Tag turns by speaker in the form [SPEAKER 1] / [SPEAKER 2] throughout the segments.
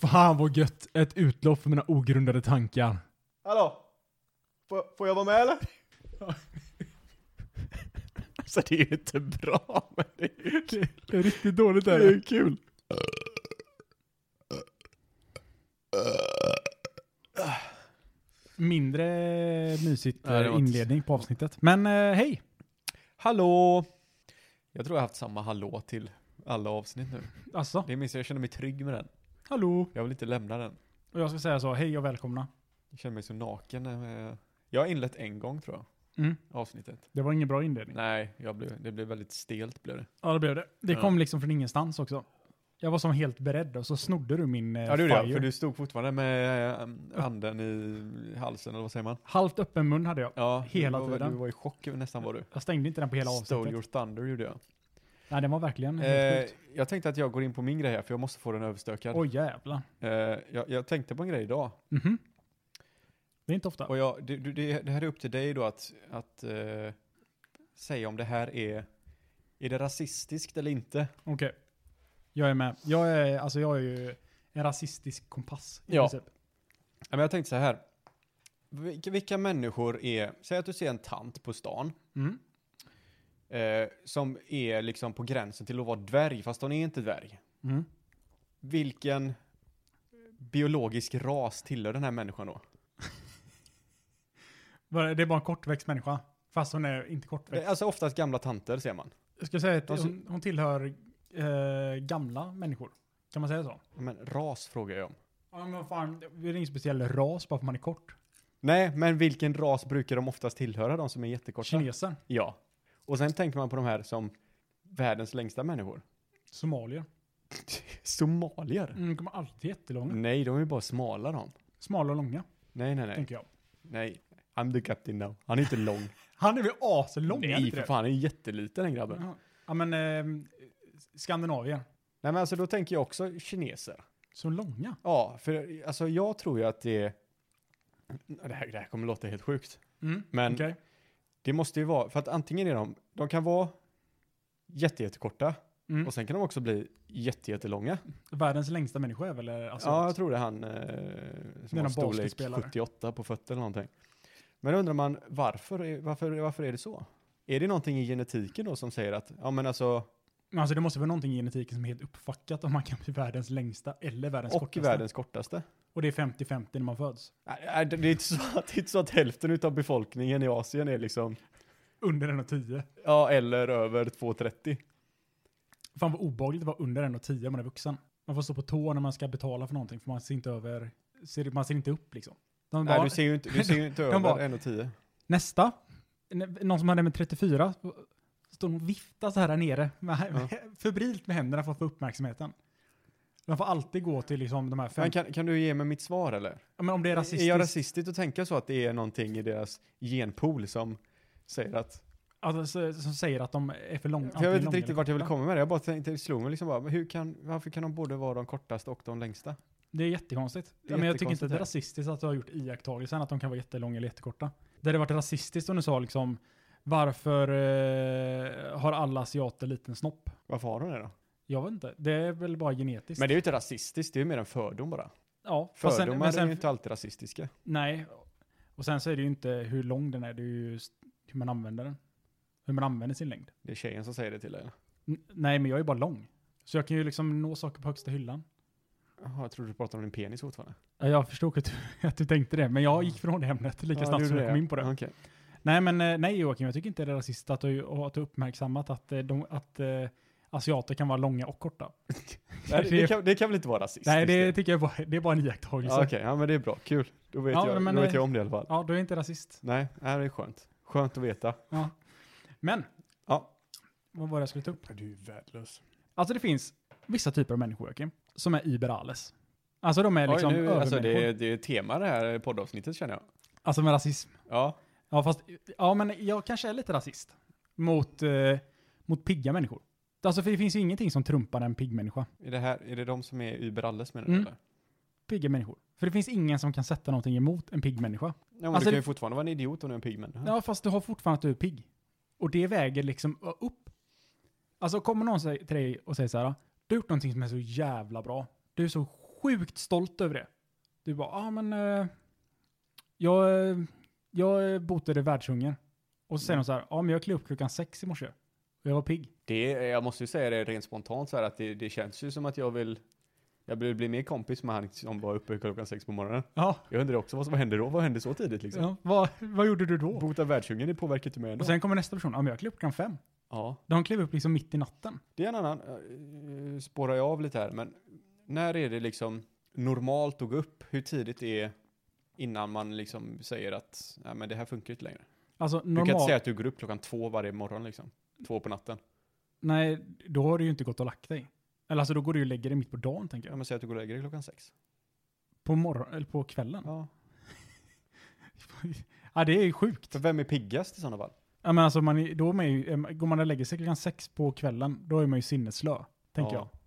[SPEAKER 1] Fan vad gött. Ett utlopp för mina ogrundade tankar.
[SPEAKER 2] Hallå? Får, får jag vara med eller?
[SPEAKER 3] Alltså det är ju inte bra, men det är ju kul.
[SPEAKER 1] Det är riktigt dåligt
[SPEAKER 3] Det
[SPEAKER 1] där.
[SPEAKER 3] är ju kul.
[SPEAKER 1] Mindre mysigt
[SPEAKER 3] Nej, det
[SPEAKER 1] eh,
[SPEAKER 3] var inte-
[SPEAKER 1] inledning på avsnittet. Men eh, hej!
[SPEAKER 3] Hallå! Jag tror jag har haft samma hallå till alla avsnitt nu.
[SPEAKER 1] Alltså,
[SPEAKER 3] Det minns jag, jag känner mig trygg med den.
[SPEAKER 1] hallå!
[SPEAKER 3] Jag vill inte lämna den.
[SPEAKER 1] Och jag ska säga så, hej och välkomna.
[SPEAKER 3] Jag känner mig så naken. när jag- Jag har inlett en gång tror jag,
[SPEAKER 1] Mm.
[SPEAKER 3] avsnittet.
[SPEAKER 1] Det var ingen bra inledning.
[SPEAKER 3] Nej, jag blev, det blev väldigt stelt blev det.
[SPEAKER 1] Ja, det blev det. Det
[SPEAKER 3] Ja.
[SPEAKER 1] kom liksom från ingenstans också. Jag var som helt beredd och så snodde du min eh,
[SPEAKER 3] Ja det gjorde
[SPEAKER 1] fire.
[SPEAKER 3] jag, för du stod fortfarande med eh, anden i halsen eller vad säger man?
[SPEAKER 1] Halvt öppen mun hade jag.
[SPEAKER 3] Ja,
[SPEAKER 1] Hela
[SPEAKER 3] du var,
[SPEAKER 1] tiden.
[SPEAKER 3] Du var i chock nästan var du.
[SPEAKER 1] Jag stängde inte den på hela
[SPEAKER 3] Stole
[SPEAKER 1] avsnittet.
[SPEAKER 3] your thunder gjorde jag.
[SPEAKER 1] Nej, den var verkligen helt
[SPEAKER 3] Eh,
[SPEAKER 1] sjukt.
[SPEAKER 3] jag tänkte att jag går in på min grej här för jag måste få den överstökad.
[SPEAKER 1] Oj jävlar.
[SPEAKER 3] Eh, jag, jag tänkte på en grej idag.
[SPEAKER 1] Mhm. Det är inte ofta.
[SPEAKER 3] Och jag, det, du- det, det här är upp till dig då att, att eh, säga om det här är, är det rasistiskt eller inte?
[SPEAKER 1] Okej. Jag är med. Jag är, alltså jag är ju en rasistisk kompass. i
[SPEAKER 3] Ja.
[SPEAKER 1] princip.
[SPEAKER 3] Ja, men jag tänkte så här. Vilka, vilka människor är, säg att du ser en tant på stan
[SPEAKER 1] Mm.
[SPEAKER 3] eh, som är liksom på gränsen till att vara dvärg fast hon är inte dvärg.
[SPEAKER 1] Mm.
[SPEAKER 3] Vilken biologisk ras tillhör den här människan då?
[SPEAKER 1] Bara- Det är bara en kortväxt människa. Fast hon är inte kortväxt.
[SPEAKER 3] Alltså oftast gamla tanter ser man.
[SPEAKER 1] Jag skulle säga att
[SPEAKER 3] Alltså-
[SPEAKER 1] hon, hon tillhör eh, gamla människor. Kan man säga så?
[SPEAKER 3] Men ras frågar jag om.
[SPEAKER 1] Ja men fan, det är ingen speciell ras bara för man är kort.
[SPEAKER 3] Nej, men vilken ras brukar de oftast tillhöra, de som är jättekorta?
[SPEAKER 1] Kineser,
[SPEAKER 3] Ja. Och sen tänker man på de här som världens längsta människor.
[SPEAKER 1] somalier.
[SPEAKER 3] Somalier?
[SPEAKER 1] Mm, de kommer alltid jättelånga.
[SPEAKER 3] Nej, de är bara smala de.
[SPEAKER 1] Smala och långa,
[SPEAKER 3] Nej, Mm. nej, nej.
[SPEAKER 1] tänker jag.
[SPEAKER 3] Nej. I'm the captain now. Han är inte lång.
[SPEAKER 1] Han är väl aslång? är han
[SPEAKER 3] nej,
[SPEAKER 1] inte
[SPEAKER 3] för
[SPEAKER 1] det? Mm.
[SPEAKER 3] fan. Han är jätteliten den grabben.
[SPEAKER 1] Jaha. Ja men, eh, Skandinavier.
[SPEAKER 3] Nej, men alltså då tänker jag också kineser.
[SPEAKER 1] Så långa?
[SPEAKER 3] Ja, för alltså jag tror ju att det är... Det här, det här kommer låta helt sjukt.
[SPEAKER 1] Mm.
[SPEAKER 3] Men
[SPEAKER 1] Okej.
[SPEAKER 3] det måste ju vara, för att antingen är de, de kan vara jätte, jättekorta
[SPEAKER 1] Mm.
[SPEAKER 3] och sen kan de också bli jätte, jättelånga.
[SPEAKER 1] Världens längsta människa är väl eh, alltså,
[SPEAKER 3] ja, jag tror det är han eh, som
[SPEAKER 1] är
[SPEAKER 3] har
[SPEAKER 1] någon
[SPEAKER 3] storlek
[SPEAKER 1] basketspelare.
[SPEAKER 3] 78 på fötter eller någonting. Men då undrar man varför, är- varför, varför är det så? Är det någonting i genetiken då som säger att, ja men alltså,
[SPEAKER 1] Men alltså det måste vara någonting i genetiken som är helt uppfuckat om man kan bli världens längsta eller världens
[SPEAKER 3] och
[SPEAKER 1] kortaste.
[SPEAKER 3] världens kortaste?
[SPEAKER 1] Och det är 50-50 när man föds.
[SPEAKER 3] Nej, nej, det det är inte så att, det är inte så att hälften av befolkningen i Asien är liksom,
[SPEAKER 1] Under 1,10.
[SPEAKER 3] ja eller över 2,30.
[SPEAKER 1] Fan vad obehagligt att vara under 1,10 om man är vuxen. Man får stå på tå när man ska betala för någonting för man ser inte över, ser, man ser inte upp liksom. De bara,
[SPEAKER 3] Nej, du ser ju inte, du ser ju inte över
[SPEAKER 1] bara-
[SPEAKER 3] 1,10.
[SPEAKER 1] Nästa. N- Någon som hade med 34. Står och viftar så här, här nere. Med,
[SPEAKER 3] Ja.
[SPEAKER 1] Febrilt med händerna för att få uppmärksamheten. De får alltid gå till liksom de här fem...
[SPEAKER 3] Men kan, kan du ge mig mitt svar eller?
[SPEAKER 1] Ja, men om det är
[SPEAKER 3] Är
[SPEAKER 1] rasistiskt.
[SPEAKER 3] jag rasistisk att tänka så att det är någonting i deras genpool som säger att
[SPEAKER 1] alltså, så- som säger att de är för långa.
[SPEAKER 3] För jag vet inte riktigt vart jag vill komma med det. Jag bara tänkte, det slog mig liksom bara, men hur kan, varför kan de både vara de kortaste och de längsta?
[SPEAKER 1] Det är jättekonstigt.
[SPEAKER 3] Det är
[SPEAKER 1] ja, men jag tycker
[SPEAKER 3] jättekonstigt
[SPEAKER 1] inte att det är
[SPEAKER 3] det.
[SPEAKER 1] rasistiskt att du har gjort iakttagelsen att de kan vara jättelånga eller jättekorta. Det hade varit rasistiskt om du sa liksom varför eh, har alla asiater liten snopp?
[SPEAKER 3] Varför har de det då?
[SPEAKER 1] Jag vet inte. Det är väl bara genetiskt.
[SPEAKER 3] Men det är ju inte rasistiskt, det är ju mer en fördom bara.
[SPEAKER 1] ja, fast sen-
[SPEAKER 3] Fördomar
[SPEAKER 1] men sen-
[SPEAKER 3] är ju inte alltid rasistiska.
[SPEAKER 1] Nej, och sen så är det ju inte hur lång den är, det är ju just hur man använder den. Hur man använder sin längd.
[SPEAKER 3] Det är tjejen som säger det till dig. eller?
[SPEAKER 1] N- nej, men jag är bara lång. Så jag kan ju liksom nå saker på högsta hyllan.
[SPEAKER 3] Jaha, jag trodde du pratade om din penis fortfarande.
[SPEAKER 1] Ja, Jag förstod att du, att du tänkte det, men jag gick från det ämnet lika snabbt
[SPEAKER 3] du
[SPEAKER 1] som
[SPEAKER 3] gjorde
[SPEAKER 1] jag kom in på det.
[SPEAKER 3] Ja, okej.
[SPEAKER 1] Nej, men eh, nej Joakim, jag tycker inte det är rasistiskt att du, och att du uppmärksammat att, eh, de, att eh, asiater kan vara långa och korta.
[SPEAKER 3] Nej, det,
[SPEAKER 1] Det är-
[SPEAKER 3] det, kan, det kan väl inte vara rasistiskt?
[SPEAKER 1] nej, det tycker jag bara, det är bara en iakttagelse.
[SPEAKER 3] ja, Okej, ja men det är bra, kul. Då vet,
[SPEAKER 1] Ja,
[SPEAKER 3] jag,
[SPEAKER 1] men,
[SPEAKER 3] då vet
[SPEAKER 1] eh,
[SPEAKER 3] jag om det i alla fall.
[SPEAKER 1] Ja, du är inte rasist.
[SPEAKER 3] Nej, nej, det är skönt. Skönt att veta.
[SPEAKER 1] Ja. Men,
[SPEAKER 3] Ja.
[SPEAKER 1] vad var det jag skulle ta upp?
[SPEAKER 3] Du är värdelös.
[SPEAKER 1] Alltså det finns vissa typer av människor, Joakim, som är iberales. Alltså de är
[SPEAKER 3] Oj,
[SPEAKER 1] liksom
[SPEAKER 3] nu, alltså det,
[SPEAKER 1] övermänniskor.
[SPEAKER 3] är- det är tema det här poddavsnittet känner jag.
[SPEAKER 1] Alltså med rasism.
[SPEAKER 3] Ja,
[SPEAKER 1] Ja, fast, ja men jag kanske är lite rasist. Mot, eh, mot pigga människor. Alltså för det finns ju ingenting som trumpar en pigg människa.
[SPEAKER 3] är det, här, är det de som är überalles menar du
[SPEAKER 1] Mm.
[SPEAKER 3] eller?
[SPEAKER 1] Pigga människor. För det finns ingen som kan sätta någonting emot en pigg människa.
[SPEAKER 3] Ja, men
[SPEAKER 1] Alltså,
[SPEAKER 3] du kan
[SPEAKER 1] det-
[SPEAKER 3] ju fortfarande vara en idiot om du är en pigg människa.
[SPEAKER 1] Ja, fast du har fortfarande att du är pigg. Och det väger liksom ö- upp. Alltså kommer någon sä- till dig och säger så här, du har gjort någonting som är så jävla bra. Du är så sjukt stolt över det. Du bara, ja ah, men eh, jag, eh, jag botade världshungern. Och så säger de så här, ja ah, men jag klev upp klockan sex i morse. Och jag var pigg.
[SPEAKER 3] Det, är- jag måste ju säga det rent spontant så här att det, det känns ju som att jag vill jag vill bli mer kompis med han som var uppe klockan sex på morgonen.
[SPEAKER 1] Ja,
[SPEAKER 3] Jag undrar också vad som hände då? Vad hände så tidigt liksom?
[SPEAKER 1] ja. Vad, vad gjorde du då?
[SPEAKER 3] Bota världshungern, det påverkar inte mig ändå.
[SPEAKER 1] Och sen kommer nästa person, ja ah, men jag klev upp klockan fem.
[SPEAKER 3] ja.
[SPEAKER 1] De klev upp liksom mitt i natten.
[SPEAKER 3] Det är en annan, eh, spårar jag av lite här, men när är det liksom normalt att gå upp? Hur tidigt är innan man liksom säger att nej, men det här funkar inte längre?
[SPEAKER 1] Alltså
[SPEAKER 3] Du kan inte
[SPEAKER 1] normalt,
[SPEAKER 3] säga att du går upp klockan två varje morgon liksom. Två på natten.
[SPEAKER 1] nej, då har du ju inte gått och lagt dig. Eller alltså då går du ju och lägger dig mitt på dagen tänker
[SPEAKER 3] Ja,
[SPEAKER 1] jag.
[SPEAKER 3] men säg att du går och lägger dig klockan sex.
[SPEAKER 1] På morgon, eller på kvällen.
[SPEAKER 3] Ja.
[SPEAKER 1] ja det är ju sjukt.
[SPEAKER 3] För vem är piggast i sådana fall?
[SPEAKER 1] Ja, men alltså man är, då är man ju, em, går man och lägger sig klockan sex på kvällen, då är man ju sinneslö, tänker
[SPEAKER 3] ja.
[SPEAKER 1] jag.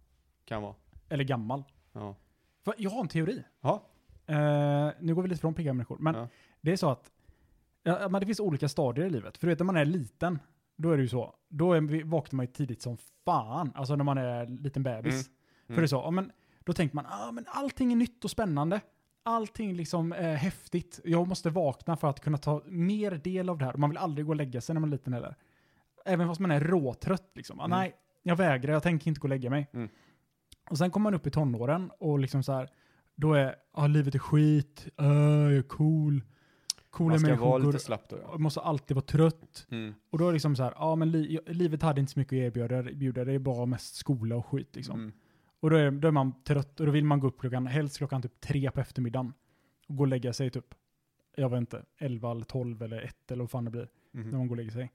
[SPEAKER 3] Kan vara.
[SPEAKER 1] Eller gammal.
[SPEAKER 3] Ja.
[SPEAKER 1] Va, jag har en teori.
[SPEAKER 3] Ja.
[SPEAKER 1] Eh, nu går vi lite från pigga människor, men
[SPEAKER 3] Ja.
[SPEAKER 1] det är så att ja, men det finns olika stadier i livet. För du vet, när man är liten, då är det ju så. Då är, vi- vaknar man ju tidigt som fan, alltså när man är liten bebis.
[SPEAKER 3] Mm.
[SPEAKER 1] För det är så, ja, men, då tänker man, ah, men allting är nytt och spännande. Allting liksom är häftigt. Jag måste vakna för att kunna ta mer del av det här. Man vill aldrig gå och lägga sig när man är liten heller. Även fast man är råtrött liksom. Ah,
[SPEAKER 3] Mm.
[SPEAKER 1] Nej, jag vägrar, jag tänker inte gå och lägga mig.
[SPEAKER 3] Mm.
[SPEAKER 1] Och sen kommer man upp i tonåren och liksom så här, då är, ah, livet är skit, öh, jag är cool. Coola
[SPEAKER 3] Man ska
[SPEAKER 1] människor
[SPEAKER 3] vara
[SPEAKER 1] går,
[SPEAKER 3] lite slapp då. Ja.
[SPEAKER 1] jag måste alltid vara trött.
[SPEAKER 3] Mm.
[SPEAKER 1] Och då är det liksom så här, ja ah, men li, livet hade inte så mycket att erbjuda, erbjuda, det är bara mest skola och skit liksom.
[SPEAKER 3] Mm.
[SPEAKER 1] Och då är, då är man trött och då vill man gå upp klockan, helst klockan typ tre på eftermiddagen. Och gå och lägga sig typ, jag vet inte, 11 eller 12 eller 1 eller vad fan det blir. När
[SPEAKER 3] Mhm.
[SPEAKER 1] man går och lägger sig.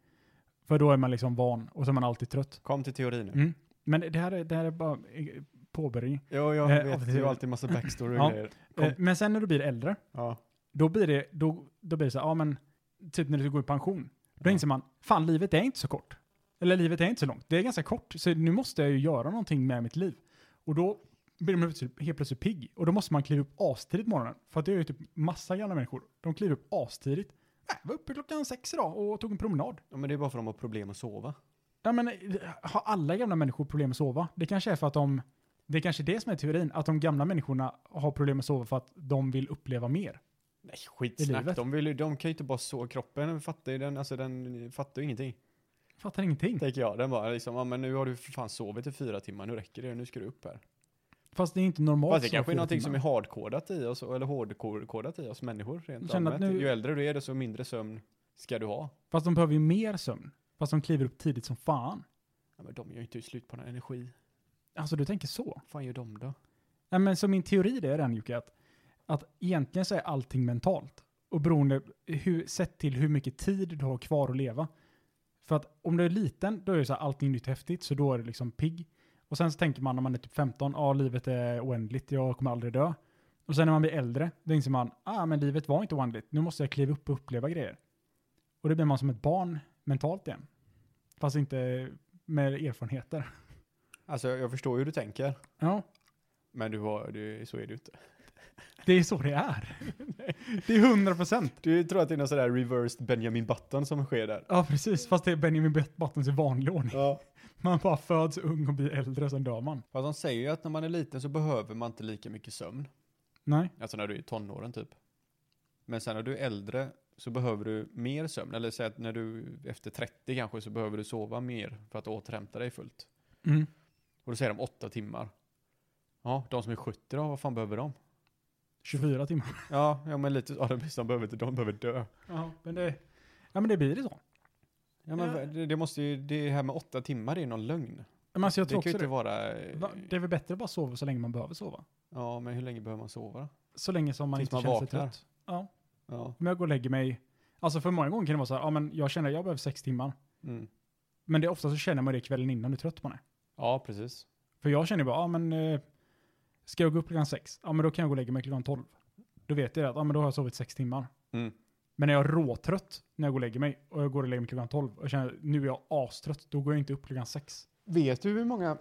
[SPEAKER 1] För då är man liksom van och så är man alltid trött.
[SPEAKER 3] Kom till teorin nu.
[SPEAKER 1] Mm. Men det här är, det här är bara eh, påbörjning.
[SPEAKER 3] Ja, jag
[SPEAKER 1] Eh,
[SPEAKER 3] vet.
[SPEAKER 1] av
[SPEAKER 3] Det är ju
[SPEAKER 1] teorin.
[SPEAKER 3] alltid massa backstory
[SPEAKER 1] Ja.
[SPEAKER 3] och grejer. Kom.
[SPEAKER 1] Eh, men sen när du blir äldre,
[SPEAKER 3] Ja.
[SPEAKER 1] då blir det, då, då blir det så här, ja men, typ när du går i pension. Då
[SPEAKER 3] Ja.
[SPEAKER 1] inser man, fan livet är inte så kort. Eller livet är inte så långt. Det är ganska kort, så nu måste jag ju göra någonting med mitt liv. Och då blir man plötsligt- helt plötsligt pigg. Och då måste man kliva upp astidigt på morgonen. För att det är ju typ massa gamla människor. De kliver upp astidigt. Nej, jag var uppe klockan sex idag och tog en promenad.
[SPEAKER 3] ja, men det är bara för att de har problem att sova.
[SPEAKER 1] Ja men, eh, har alla gamla människor problem att sova? Det kanske är för att de, det är kanske är det som är teorin, att de gamla människorna har problem att sova för att de vill uppleva mer.
[SPEAKER 3] Nej,
[SPEAKER 1] I livet.
[SPEAKER 3] skitsnack. De, vill, ju- de kan ju inte bara så. Kroppen fattar ju den, alltså den fattar ju ingenting.
[SPEAKER 1] Fattar ingenting.
[SPEAKER 3] Tänker jag. Den bara liksom, ja men nu har du för fan sovit i fyra timmar, nu räcker det, nu ska du upp här.
[SPEAKER 1] Fast det är inte normalt.
[SPEAKER 3] Fast det
[SPEAKER 1] så
[SPEAKER 3] kanske är
[SPEAKER 1] fyra
[SPEAKER 3] någonting
[SPEAKER 1] timmar.
[SPEAKER 3] som är hardkodat i oss, eller hårdkodat i oss människor rent
[SPEAKER 1] Känner att
[SPEAKER 3] allmänt.
[SPEAKER 1] nu-
[SPEAKER 3] Ju äldre du är, desto mindre sömn ska du ha.
[SPEAKER 1] Fast de behöver ju mer sömn. Fast de kliver upp tidigt som fan.
[SPEAKER 3] Ja, men de gör ju inte slut på den här energi.
[SPEAKER 1] Alltså du tänker så?
[SPEAKER 3] Vad fan gör de då?
[SPEAKER 1] Nej men så min teori det är den Jocke, att, att egentligen så är allting mentalt. Och beroende, hur, sett till hur mycket tid du har kvar att leva. För att om du är liten, då är det så här, allting nytt och häftigt, så då är du liksom pigg. Och sen så tänker man när man är typ 15, ja livet är oändligt, jag kommer aldrig dö. Och sen när man blir äldre, då inser man, ah men livet var inte oändligt, nu måste jag kliva upp och uppleva grejer. Och då blir man som ett barn mentalt igen. Fast inte med erfarenheter.
[SPEAKER 3] Alltså jag jag förstår ju hur du tänker,
[SPEAKER 1] Ja.
[SPEAKER 3] men du har, du, så är du inte.
[SPEAKER 1] Det är så det är. Det är 100 procent.
[SPEAKER 3] Du tror att det är någon sån där reversed Benjamin Button som sker där?
[SPEAKER 1] Ja, precis. Fast det är Benjamin Bet- Buttons i vanlig ordning.
[SPEAKER 3] Ja.
[SPEAKER 1] Man bara föds ung och blir äldre och sen dör man.
[SPEAKER 3] Fast de säger ju att när man är liten så behöver man inte lika mycket sömn.
[SPEAKER 1] Nej.
[SPEAKER 3] Alltså när du är i tonåren typ. Men sen när du är äldre så behöver du mer sömn. Eller säg att när du efter 30 kanske så behöver du sova mer för att återhämta dig fullt.
[SPEAKER 1] Mm.
[SPEAKER 3] Och då säger de 8 timmar. Ja, de som är 70 då, vad fan behöver de?
[SPEAKER 1] 24 timmar.
[SPEAKER 3] Ja, ja men lite, ja, de, de behöver inte, de behöver dö.
[SPEAKER 1] Ja, men det, ja, men det blir det så.
[SPEAKER 3] Ja, men
[SPEAKER 1] Ja.
[SPEAKER 3] Det, det måste ju, det här med 8 timmar det är någon lögn.
[SPEAKER 1] Men alltså, jag
[SPEAKER 3] det
[SPEAKER 1] tror
[SPEAKER 3] kan ju
[SPEAKER 1] också
[SPEAKER 3] inte
[SPEAKER 1] det.
[SPEAKER 3] vara... eh,
[SPEAKER 1] Va- Det är väl bättre att bara sova så länge man behöver sova.
[SPEAKER 3] Ja, men hur länge behöver man sova då?
[SPEAKER 1] Så länge som man
[SPEAKER 3] Tills
[SPEAKER 1] inte
[SPEAKER 3] man
[SPEAKER 1] känner sig
[SPEAKER 3] vaknar.
[SPEAKER 1] trött. Ja.
[SPEAKER 3] Ja.
[SPEAKER 1] Om jag går och lägger mig. Alltså för många gånger kan det vara så här, ja men jag känner att jag behöver sex timmar.
[SPEAKER 3] Mm.
[SPEAKER 1] Men det är ofta så känner man det kvällen innan hur trött man är.
[SPEAKER 3] Ja, precis.
[SPEAKER 1] För jag känner ju bara, ja men eh, ska jag gå upp klockan sex? Ja men då kan jag gå och lägga mig klockan tolv. Då vet jag det att, ja men då har jag sovit sex timmar.
[SPEAKER 3] Mm.
[SPEAKER 1] Men är jag råtrött när jag går och lägger mig och jag går och lägger mig klockan tolv och känner nu är jag astrött, då går jag inte upp klockan sex.
[SPEAKER 3] Vet du hur många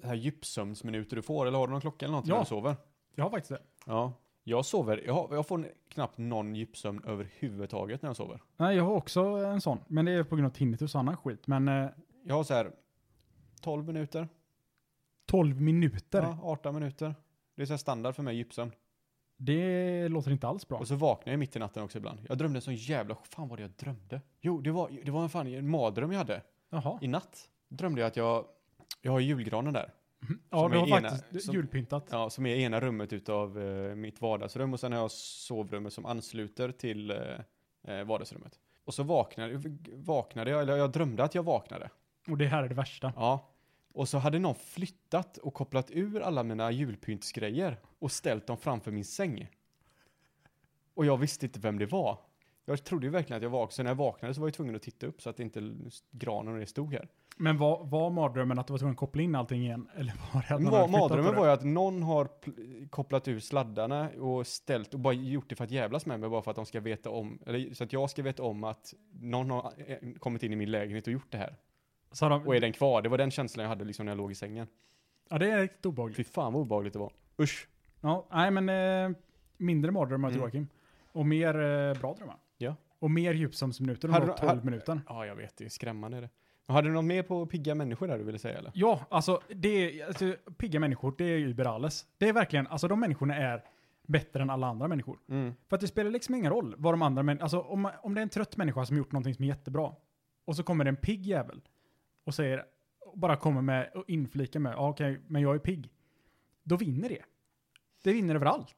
[SPEAKER 3] så här djupsömnsminuter du får? Eller har du någon klocka eller något
[SPEAKER 1] Ja.
[SPEAKER 3] när du sover?
[SPEAKER 1] Jag har faktiskt det.
[SPEAKER 3] Ja. Jag sover, jag, har, jag får n- knappt någon djupsömn överhuvudtaget när jag sover.
[SPEAKER 1] Nej, jag har också en sån, men det är på grund av tinnitus och annan skit. Men eh,
[SPEAKER 3] Jag har så här 12 minuter,
[SPEAKER 1] 12 minuter.
[SPEAKER 3] ja, 18 minuter. Det Det är så här standard för mig, djupsömn.
[SPEAKER 1] Det låter inte alls bra.
[SPEAKER 3] Och så vaknar jag mitt i natten också ibland. Jag drömde en sån jävla... Fan vad det jag drömde. Jo, det var, det var en fan en mardröm jag hade.
[SPEAKER 1] Jaha.
[SPEAKER 3] I natt drömde jag att jag... Jag har julgranen där.
[SPEAKER 1] Mhm. Ja,
[SPEAKER 3] som
[SPEAKER 1] du
[SPEAKER 3] är
[SPEAKER 1] har
[SPEAKER 3] ena-
[SPEAKER 1] faktiskt
[SPEAKER 3] som-
[SPEAKER 1] julpyntat.
[SPEAKER 3] Ja, som är ena rummet utav eh, mitt vardagsrum och sen har jag sovrummet som ansluter till eh, eh, vardagsrummet. Och så vaknade, vaknade jag, eller jag drömde att jag vaknade.
[SPEAKER 1] Och det här är det värsta.
[SPEAKER 3] Ja. Och så hade någon flyttat och kopplat ur alla mina julpyntsgrejer och ställt dem framför min säng. Och jag visste inte vem det var. Jag trodde ju verkligen att jag vaknade, så när jag vaknade så var jag tvungen att titta upp så att inte granen och det stod här.
[SPEAKER 1] Men var, var mardrömmen att du var tvungen att koppla in allting igen? Eller var det att
[SPEAKER 3] Men
[SPEAKER 1] någon hade
[SPEAKER 3] vad-
[SPEAKER 1] flyttat på
[SPEAKER 3] Mardrömmen
[SPEAKER 1] det?
[SPEAKER 3] var ju att någon har pl- kopplat ur sladdarna och ställt och bara gjort det för att jävlas med mig bara för att de ska veta om, eller så att jag ska veta om att någon har eh, kommit in i min lägenhet och gjort det här.
[SPEAKER 1] Så har
[SPEAKER 3] Och är
[SPEAKER 1] de,
[SPEAKER 3] den kvar? Det var den känslan jag hade liksom när jag låg i sängen.
[SPEAKER 1] ja, det är riktigt obehagligt.
[SPEAKER 3] Fy fan vad obehagligt det var. Usch.
[SPEAKER 1] Ja, nej men eh, mindre mardrömmar till
[SPEAKER 3] Mm.
[SPEAKER 1] Joakim. Och mer eh, bra drömmar.
[SPEAKER 3] Ja.
[SPEAKER 1] Och mer djupsömnsminuter
[SPEAKER 3] Hade
[SPEAKER 1] än de
[SPEAKER 3] du-
[SPEAKER 1] 12
[SPEAKER 3] hade-
[SPEAKER 1] minuter.
[SPEAKER 3] Ja, jag vet. Det är skrämmande. Är det. Men hade du något mer på pigga människor där du ville säga eller?
[SPEAKER 1] Ja, alltså, det är, alltså pigga människor, det är ju Uber alles. Det är verkligen, alltså de människorna är bättre än alla andra människor.
[SPEAKER 3] Mm.
[SPEAKER 1] För att det spelar liksom ingen roll vad de andra människorna, alltså om, man- om det är en trött människa som gjort någonting som är jättebra, och så kommer det en pigg jävel och säger, och bara kommer med och inflikar med, ja okej, men jag är pigg. Då vinner det. Det vinner överallt.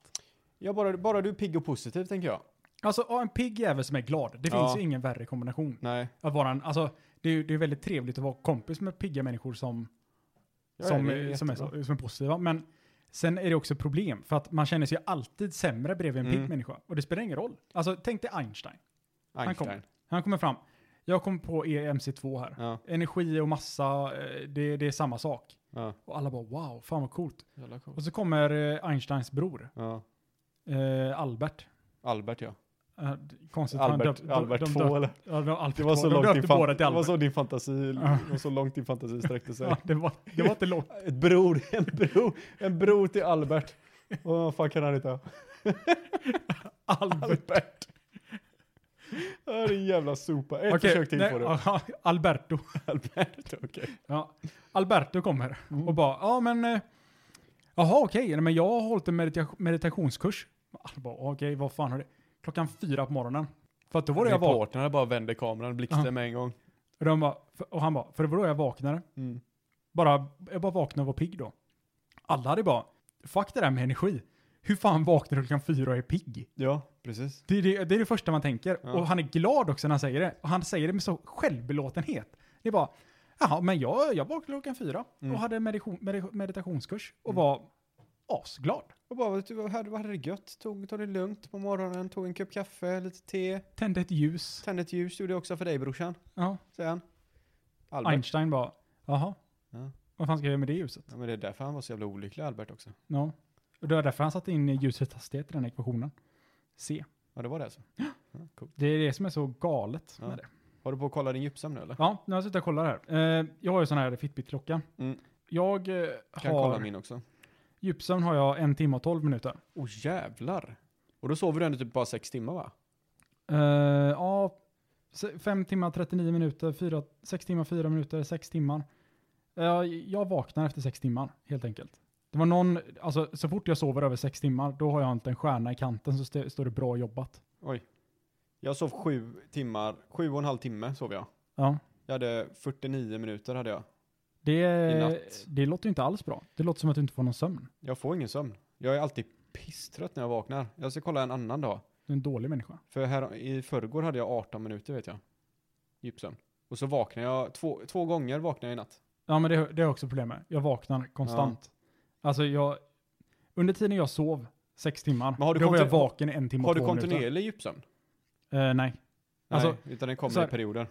[SPEAKER 3] Ja, bara, bara du är pigg och positiv tänker jag.
[SPEAKER 1] Alltså, ja, en pigg jävel som är glad. Det
[SPEAKER 3] Ja.
[SPEAKER 1] finns ju ingen värre kombination.
[SPEAKER 3] Nej.
[SPEAKER 1] Att vara en, alltså, det är ju det är väldigt trevligt att vara kompis med pigga människor som,
[SPEAKER 3] Ja,
[SPEAKER 1] som,
[SPEAKER 3] det är
[SPEAKER 1] är som, är,
[SPEAKER 3] jättebra.
[SPEAKER 1] så- som är positiva. Men sen är det också problem, för att man känner sig alltid sämre bredvid en
[SPEAKER 3] Mm.
[SPEAKER 1] pigg människa. Och det spelar ingen roll. Alltså, tänk dig Einstein.
[SPEAKER 3] Einstein.
[SPEAKER 1] Han kommer fram. Jag kom på E EMC2 här.
[SPEAKER 3] Ja,
[SPEAKER 1] Energi och massa, eh, det, det är samma sak.
[SPEAKER 3] ja.
[SPEAKER 1] Och alla bara wow, fan vad coolt.
[SPEAKER 3] Jävla cool.
[SPEAKER 1] Och så kommer eh, Einsteins bror,
[SPEAKER 3] ja.
[SPEAKER 1] eh, Albert.
[SPEAKER 3] Albert ja.
[SPEAKER 1] Eh, Konstigt, han
[SPEAKER 3] Albert,
[SPEAKER 1] döpt- de-
[SPEAKER 3] Albert
[SPEAKER 1] de
[SPEAKER 3] 2
[SPEAKER 1] döpte-
[SPEAKER 3] eller?
[SPEAKER 1] Ja, det var Albert
[SPEAKER 3] Det var, så
[SPEAKER 1] Ward.
[SPEAKER 3] långt
[SPEAKER 1] de
[SPEAKER 3] din
[SPEAKER 1] döpte
[SPEAKER 3] fan-
[SPEAKER 1] båda till
[SPEAKER 3] det var
[SPEAKER 1] Albert.
[SPEAKER 3] så din fantasi,
[SPEAKER 1] Ja.
[SPEAKER 3] det var så långt din fantasi sträckte sig.
[SPEAKER 1] Ja, det, var, det var inte långt.
[SPEAKER 3] Ett bror, en bro, en bro till Albert. Vad fan kan han heta?
[SPEAKER 1] Albert.
[SPEAKER 3] Albert. Ja, Det är en jävla sopa. Ett
[SPEAKER 1] Okej,
[SPEAKER 3] försök till
[SPEAKER 1] nej,
[SPEAKER 3] får du.
[SPEAKER 1] aha, Alberto.
[SPEAKER 3] Albert, okej.
[SPEAKER 1] Ja. Mm. Alberto kommer och bara, ja men, eh, jaha okej, nej, men jag har hållit en medita- meditationskurs. Alla bara, Okej, vad fan har det? Klockan fyra på morgonen. För att då var det jag vaknade.
[SPEAKER 3] Reportrarna bara vände kameran, blixten
[SPEAKER 1] Ja.
[SPEAKER 3] med en gång.
[SPEAKER 1] Och, de bara, för- och han bara, för det var då jag vaknade.
[SPEAKER 3] Mm.
[SPEAKER 1] Bara, jag bara vaknade och var pigg då. Alla hade bara, fuck det där med energi. Hur fan vaknar du klockan fyra och är pigg?
[SPEAKER 3] Ja, precis.
[SPEAKER 1] Det är det, det är det första man tänker.
[SPEAKER 3] Ja.
[SPEAKER 1] Och han är glad också när han säger det. Och han säger det med så självbelåtenhet. Det är bara, jaha, men jag, jag vaknade klockan fyra
[SPEAKER 3] Mm.
[SPEAKER 1] och hade meditation, medi- meditationskurs och
[SPEAKER 3] Mm.
[SPEAKER 1] var asglad.
[SPEAKER 3] Och bara, du var här, du hade det gött, tog, tog det lugnt på morgonen, tog en kopp kaffe, lite te,
[SPEAKER 1] Tände ett ljus.
[SPEAKER 3] tände ett ljus, gjorde jag också för dig brorsan,
[SPEAKER 1] Ja.
[SPEAKER 3] säger han. Albert.
[SPEAKER 1] Einstein bara, jaha,
[SPEAKER 3] Ja.
[SPEAKER 1] vad fan ska jag göra med det ljuset?
[SPEAKER 3] Ja, men det är därför han var så jävla olycklig, Albert också.
[SPEAKER 1] Ja. Och det var därför han satte in ljusets hastighet i den här ekvationen. C.
[SPEAKER 3] Ja, det var det alltså. Ja, cool.
[SPEAKER 1] Det är det som är så galet
[SPEAKER 3] Ja.
[SPEAKER 1] med det.
[SPEAKER 3] Har du på att kolla din djupsömn nu eller?
[SPEAKER 1] Ja, nu har jag suttit och kollat här. Eh, jag har ju sån här Fitbit-klocka.
[SPEAKER 3] Mm.
[SPEAKER 1] Jag eh,
[SPEAKER 3] Kan kolla
[SPEAKER 1] har,
[SPEAKER 3] min också.
[SPEAKER 1] djupsömn har jag en timme och tolv minuter.
[SPEAKER 3] Åh jävlar. Och då sover du ändå typ bara sex timmar va?
[SPEAKER 1] Eh, ja, 5 timmar 39 minuter, 6 timmar 4 minuter, 6 timmar. Eh, jag vaknar efter 6 timmar, helt enkelt. Det var någon, alltså så fort jag sover över 6 timmar, då har jag inte en stjärna i kanten så st- står det bra jobbat.
[SPEAKER 3] Jag sov sju timmar, sju och en halv timme sov jag.
[SPEAKER 1] Ja.
[SPEAKER 3] Jag hade 49 minuter hade jag. I
[SPEAKER 1] Det,
[SPEAKER 3] natt.
[SPEAKER 1] det låter ju inte alls bra. Det låter som att du inte får någon sömn.
[SPEAKER 3] Jag får ingen sömn. Jag är alltid pisstrött när jag vaknar. Jag ska kolla en annan dag.
[SPEAKER 1] Du är en dålig människa.
[SPEAKER 3] För här, i förrgår hade jag 18 minuter vet jag. Djupsömn. Och så vaknade jag, två, två gånger vaknade jag i natt.
[SPEAKER 1] Ja, men det, det har jag också problem med. Jag vaknar konstant. Alltså jag, under tiden jag sov 6 timmar,
[SPEAKER 3] Men har du
[SPEAKER 1] då var jag
[SPEAKER 3] kontinu-
[SPEAKER 1] vaken i en timme och
[SPEAKER 3] Har du
[SPEAKER 1] två minuter.
[SPEAKER 3] kontinuerlig djupsömn?
[SPEAKER 1] Eh, nej.
[SPEAKER 3] Nej,
[SPEAKER 1] Alltså,
[SPEAKER 3] utan den kommer
[SPEAKER 1] så här-
[SPEAKER 3] i perioder.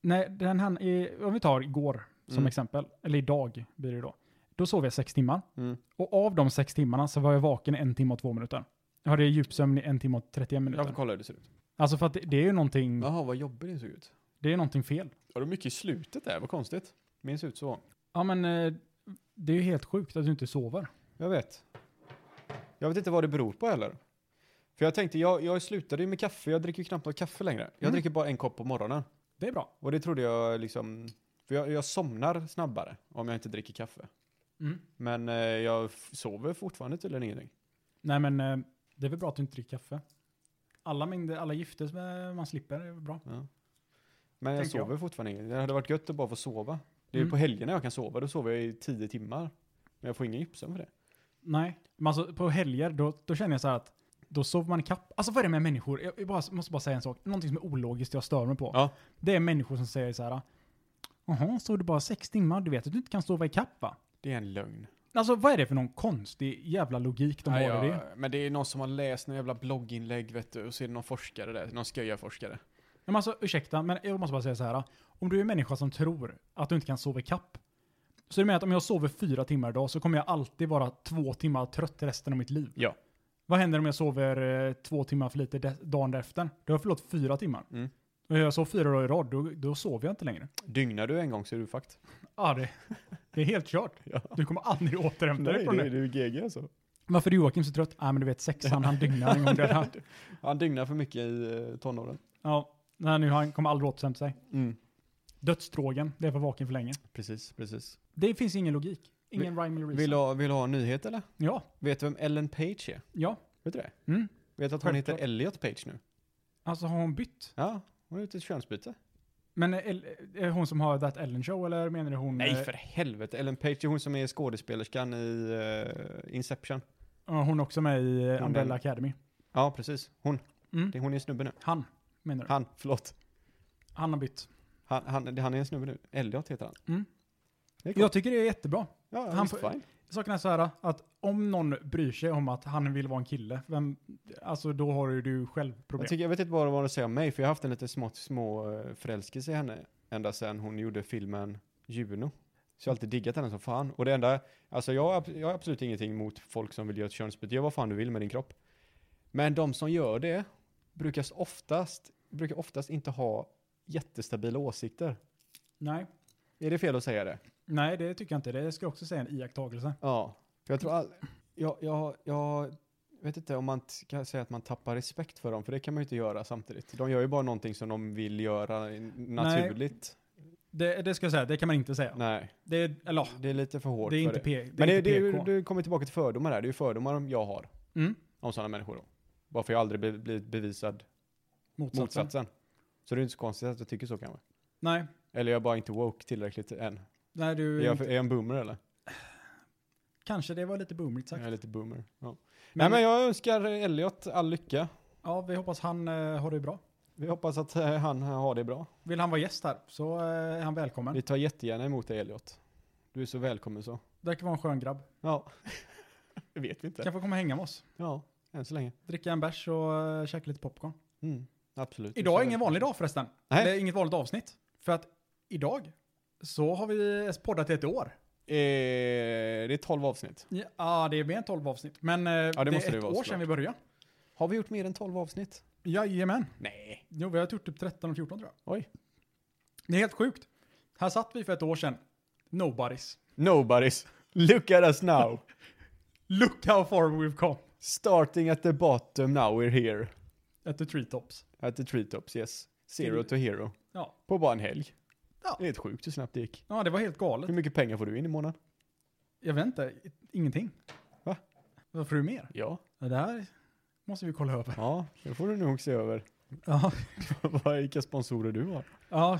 [SPEAKER 1] Nej, den här, i- om vi tar igår som
[SPEAKER 3] Mm.
[SPEAKER 1] exempel, eller idag blir det då. Då sov jag sex timmar.
[SPEAKER 3] Mm.
[SPEAKER 1] Och av de sex timmarna så var jag vaken en timme och två minuter. Jag hade djupsömn i en timme och 31 minuter.
[SPEAKER 3] Jag får kolla hur det ser ut.
[SPEAKER 1] Alltså för att det, det är ju någonting,
[SPEAKER 3] Jaha, vad jobbig det såg ut.
[SPEAKER 1] det är någonting fel.
[SPEAKER 3] Har du mycket i slutet där? Vad konstigt. Minns ut så.
[SPEAKER 1] Ja men eh, det är ju helt sjukt att du inte sover.
[SPEAKER 3] Jag vet. Jag vet inte vad det beror på heller. För jag tänkte, jag, jag slutade ju med kaffe, jag dricker ju knappt något kaffe längre. Jag
[SPEAKER 1] Mm.
[SPEAKER 3] dricker bara en kopp på morgonen.
[SPEAKER 1] Det är bra.
[SPEAKER 3] Och det trodde jag liksom, för jag, jag somnar snabbare om jag inte dricker kaffe.
[SPEAKER 1] Mm.
[SPEAKER 3] Men eh, jag f- sover fortfarande tydligen ingenting.
[SPEAKER 1] Nej men eh, det är väl bra att du inte dricker kaffe. Alla mängder, alla gifter som eh, man slipper är väl bra.
[SPEAKER 3] Ja. Men jag
[SPEAKER 1] Tänker jag.
[SPEAKER 3] sover fortfarande ingenting. Det hade varit gött att bara få sova. Det är
[SPEAKER 1] Mm.
[SPEAKER 3] ju på helgerna jag kan sova, då sover jag i tio timmar. Men jag får ingen gypsum för det.
[SPEAKER 1] Nej, men alltså på helger då, då känner jag så här att då sover man i kapp. Alltså vad är det med människor? Jag, jag bara, måste bara säga en sak. Någonting som är ologiskt jag stör mig på.
[SPEAKER 3] Ja.
[SPEAKER 1] Det är människor som säger så här. Jaha, sov du bara sex timmar? Du vet att du inte kan sova i kapp va?
[SPEAKER 3] Det är en lögn.
[SPEAKER 1] Alltså vad är det för någon konstig jävla logik de
[SPEAKER 3] Nej,
[SPEAKER 1] har i
[SPEAKER 3] jag-
[SPEAKER 1] det?
[SPEAKER 3] Men det är någon som har läst några jävla blogginlägg vet du, och så är det någon forskare där, någon sköjarforskare.
[SPEAKER 1] Nej, Men alltså, ursäkta, men jag måste bara säga så här. Om du är en människa som tror att du inte kan sova i kapp, så är det med att om jag sover fyra timmar idag så kommer jag alltid vara två timmar trött resten av mitt liv.
[SPEAKER 3] Ja.
[SPEAKER 1] Vad händer om jag sover eh, två timmar för lite de- dagen därefter? Då har jag förlorat fyra timmar.
[SPEAKER 3] Mm.
[SPEAKER 1] Och jag sov fyra dagar i rad, då, då sover jag inte längre.
[SPEAKER 3] Dygnar du en gång så är du fakt.
[SPEAKER 1] Ja, det, det är helt kört.
[SPEAKER 3] Ja.
[SPEAKER 1] Du kommer aldrig återhämta dig från det.
[SPEAKER 3] du GG alltså.
[SPEAKER 1] Varför är Joakim så trött? Nej, men du vet sexan, han dygnar en gång där. Han-
[SPEAKER 3] Han dygnar för mycket i eh, tonåren.
[SPEAKER 1] Ja, nej, nu han kommer aldrig återhämta sig.
[SPEAKER 3] Mm.
[SPEAKER 1] Dödsdrogen, det är för vaken för länge.
[SPEAKER 3] Precis, precis.
[SPEAKER 1] Det finns ingen logik. Ingen rhyme or reason.
[SPEAKER 3] Vill du ha, vill du ha en nyhet eller?
[SPEAKER 1] Ja,
[SPEAKER 3] Vet du vem Ellen Page är?
[SPEAKER 1] ja.
[SPEAKER 3] Vet du det?
[SPEAKER 1] Mm.
[SPEAKER 3] Vet du att hon heter
[SPEAKER 1] Självklart.
[SPEAKER 3] Elliot Page nu?
[SPEAKER 1] Alltså har hon bytt?
[SPEAKER 3] Ja, hon är ute i ett könsbyte.
[SPEAKER 1] Men eh, El- är hon som har That Ellen Show eller menar du hon? eh,
[SPEAKER 3] Nej för helvete, Ellen Page är hon som är skådespelerskan i eh, Inception.
[SPEAKER 1] ja, Hon är också med i eh,
[SPEAKER 3] är-
[SPEAKER 1] Umbrella Academy.
[SPEAKER 3] Ja precis, hon.
[SPEAKER 1] Mm.
[SPEAKER 3] Det, hon är snubbe nu.
[SPEAKER 1] Han, menar du? Han,
[SPEAKER 3] Han, förlåt.
[SPEAKER 1] har bytt.
[SPEAKER 3] Han, han, det- han är en snubbe nu. Elliot heter han.
[SPEAKER 1] Mm.
[SPEAKER 3] Det är coolt.
[SPEAKER 1] Jag tycker det är jättebra.
[SPEAKER 3] Ja,
[SPEAKER 1] han
[SPEAKER 3] han
[SPEAKER 1] får-
[SPEAKER 3] fine.
[SPEAKER 1] Saken är så här att om någon bryr sig om att han vill vara en kille, vem, alltså då har ju du själv problem.
[SPEAKER 3] Jag, tycker, jag vet inte bara vad de säger om mig, för jag har haft en lite små, små eh, förälskelse i henne ända sedan hon gjorde filmen Juno. Så jag har alltid diggat henne som fan. Och det enda, alltså jag, har ab- jag har absolut ingenting mot folk som vill göra ett könsbyte, gör vad fan du vill med din kropp. Men de som gör det brukar oftast, brukar oftast inte ha jättestabila åsikter.
[SPEAKER 1] Nej.
[SPEAKER 3] Är det fel att säga det?
[SPEAKER 1] Nej, det tycker jag inte. Det ska jag också säga en iakttagelse.
[SPEAKER 3] Ja, för jag tror all, jag, jag, jag vet inte om man t- kan säga att man tappar respekt för dem, för det kan man ju inte göra samtidigt. De gör ju bara någonting som de vill göra i- naturligt.
[SPEAKER 1] Det, det ska jag säga, det kan man inte säga.
[SPEAKER 3] Nej,
[SPEAKER 1] Det är, eller ja,
[SPEAKER 3] det är lite för hårt
[SPEAKER 1] det är
[SPEAKER 3] för
[SPEAKER 1] inte, P, det är
[SPEAKER 3] Men det,
[SPEAKER 1] inte
[SPEAKER 3] det,
[SPEAKER 1] PK.
[SPEAKER 3] du kommer tillbaka till fördomar här, det är ju fördomar jag har
[SPEAKER 1] mm,
[SPEAKER 3] om sådana människor då. Bara för jag aldrig be- blivit bevisad
[SPEAKER 1] motsatsen.
[SPEAKER 3] motsatsen. Så det är inte så konstigt att jag tycker så kanske.
[SPEAKER 1] Nej,
[SPEAKER 3] Eller jag är bara inte woke tillräckligt än.
[SPEAKER 1] nej
[SPEAKER 3] Är
[SPEAKER 1] du,
[SPEAKER 3] jag, för- är jag en boomer eller?
[SPEAKER 1] kanske det var lite boomigt sagt.
[SPEAKER 3] Jag är lite boomer. Ja. Nej
[SPEAKER 1] Men-
[SPEAKER 3] men jag önskar Elliot all lycka.
[SPEAKER 1] Ja, vi hoppas han eh, har det bra.
[SPEAKER 3] Vi hoppas att eh, han har det bra.
[SPEAKER 1] Vill han vara gäst här så eh, är han välkommen.
[SPEAKER 3] Vi tar jättegärna emot dig Elliot. Du är så välkommen så.
[SPEAKER 1] Verkar vara en skön grabb.
[SPEAKER 3] Ja. Det vet vi inte.
[SPEAKER 1] Kan få komma och hänga med oss.
[SPEAKER 3] Ja, än så länge.
[SPEAKER 1] Dricka en bärs och eh, käka lite popcorn.
[SPEAKER 3] Mm, absolut.
[SPEAKER 1] Idag är ingen vanlig dag förresten.
[SPEAKER 3] Nej.
[SPEAKER 1] Det är inget vanligt avsnitt. För att idag så har vi poddat i ett år.
[SPEAKER 3] Eh, det är 12 avsnitt.
[SPEAKER 1] Ja, ah, det är mer än 12 avsnitt. Men eh, det,
[SPEAKER 3] måste
[SPEAKER 1] är
[SPEAKER 3] det
[SPEAKER 1] ett
[SPEAKER 3] vara
[SPEAKER 1] år
[SPEAKER 3] såklart.
[SPEAKER 1] sedan vi började.
[SPEAKER 3] Har vi gjort mer än 12 avsnitt?
[SPEAKER 1] Jajamän.
[SPEAKER 3] Nej.
[SPEAKER 1] Jo, vi har gjort typ 13 och 14 tror jag.
[SPEAKER 3] Oj.
[SPEAKER 1] Det är helt sjukt. Här satt vi för ett år sedan. Nobodies.
[SPEAKER 3] Nobody's. Look at us now.
[SPEAKER 1] Look how far we've come.
[SPEAKER 3] Starting at the bottom now we're here.
[SPEAKER 1] At the treetops.
[SPEAKER 3] At the treetops, yes. Zero to hero.
[SPEAKER 1] Ja.
[SPEAKER 3] På bara en helg.
[SPEAKER 1] Ja.
[SPEAKER 3] Det är helt sjukt hur snabbt det gick.
[SPEAKER 1] Ja, det var helt galet.
[SPEAKER 3] Hur mycket pengar får du in i månaden?
[SPEAKER 1] Jag vet inte. Ingenting.
[SPEAKER 3] Va?
[SPEAKER 1] Vad får du mer?
[SPEAKER 3] Ja.
[SPEAKER 1] Ja, Det här måste vi kolla över.
[SPEAKER 3] Ja, det får du nog se över.
[SPEAKER 1] Ja,
[SPEAKER 3] Vad- Vilka sponsorer du har.
[SPEAKER 1] ja.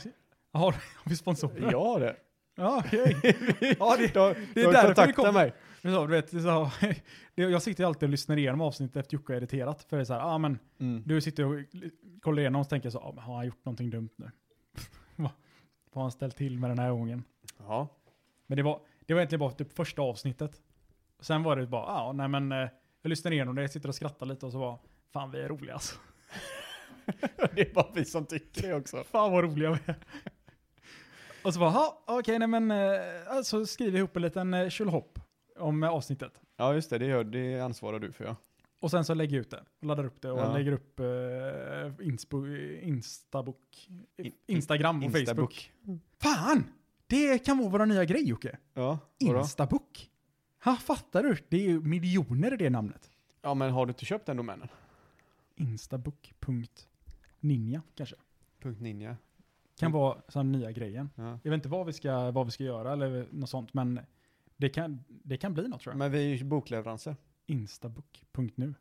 [SPEAKER 1] Har, har vi sponsorer?
[SPEAKER 3] Jag har det.
[SPEAKER 1] Ja, okej. Ja, det,
[SPEAKER 3] De,
[SPEAKER 1] det
[SPEAKER 3] de
[SPEAKER 1] är därför det
[SPEAKER 3] kontaktar
[SPEAKER 1] kommer.
[SPEAKER 3] mig.
[SPEAKER 1] Men så, du vet, det är så, det, jag sitter ju alltid och lyssnar igenom avsnittet efter Jocke har editerat. För det är så här, ah, men
[SPEAKER 3] Mm.
[SPEAKER 1] du sitter och kollar igenom och så tänker jag så, ah, men har han gjort någonting dumt nu? Vad vad har han ställt till med den här gången?
[SPEAKER 3] Ja.
[SPEAKER 1] Men det var, det var egentligen bara typ första avsnittet. Sen var det bara, ja, ah, nej men eh, jag lyssnar igenom det, jag sitter och skrattar lite och så bara, fan vi är roliga alltså.
[SPEAKER 3] det är bara vi som tycker det också.
[SPEAKER 1] Fan vad roliga vi är. Och så bara, "Ha, okej, nej men, eh, så skriver jag ihop en liten eh, tjolhopp om eh, avsnittet.
[SPEAKER 3] Ja, just det. Det, gör, det ansvarar du för, ja.
[SPEAKER 1] Och sen så lägger jag ut det, laddar upp det och
[SPEAKER 3] Ja.
[SPEAKER 1] lägger upp eh, inspo, instabook,
[SPEAKER 3] In-
[SPEAKER 1] Instagram och Facebook.
[SPEAKER 3] Instabook.
[SPEAKER 1] Fan! Det kan vara vår nya grej Jocke.
[SPEAKER 3] Ja, vadå?
[SPEAKER 1] Instabook. Ha, fattar du? Det är ju miljoner i det namnet.
[SPEAKER 3] ja, men har du inte köpt den domänen?
[SPEAKER 1] Instabook.ninja kanske.
[SPEAKER 3] Punkt ninja. Mm.
[SPEAKER 1] Kan vara så här nya grejen.
[SPEAKER 3] Ja.
[SPEAKER 1] Jag vet inte vad vi ska, vad vi ska göra eller något sånt, men Det kan, det kan bli något tror jag.
[SPEAKER 3] Men vi är ju bokleveranser.
[SPEAKER 1] Instabook.nu.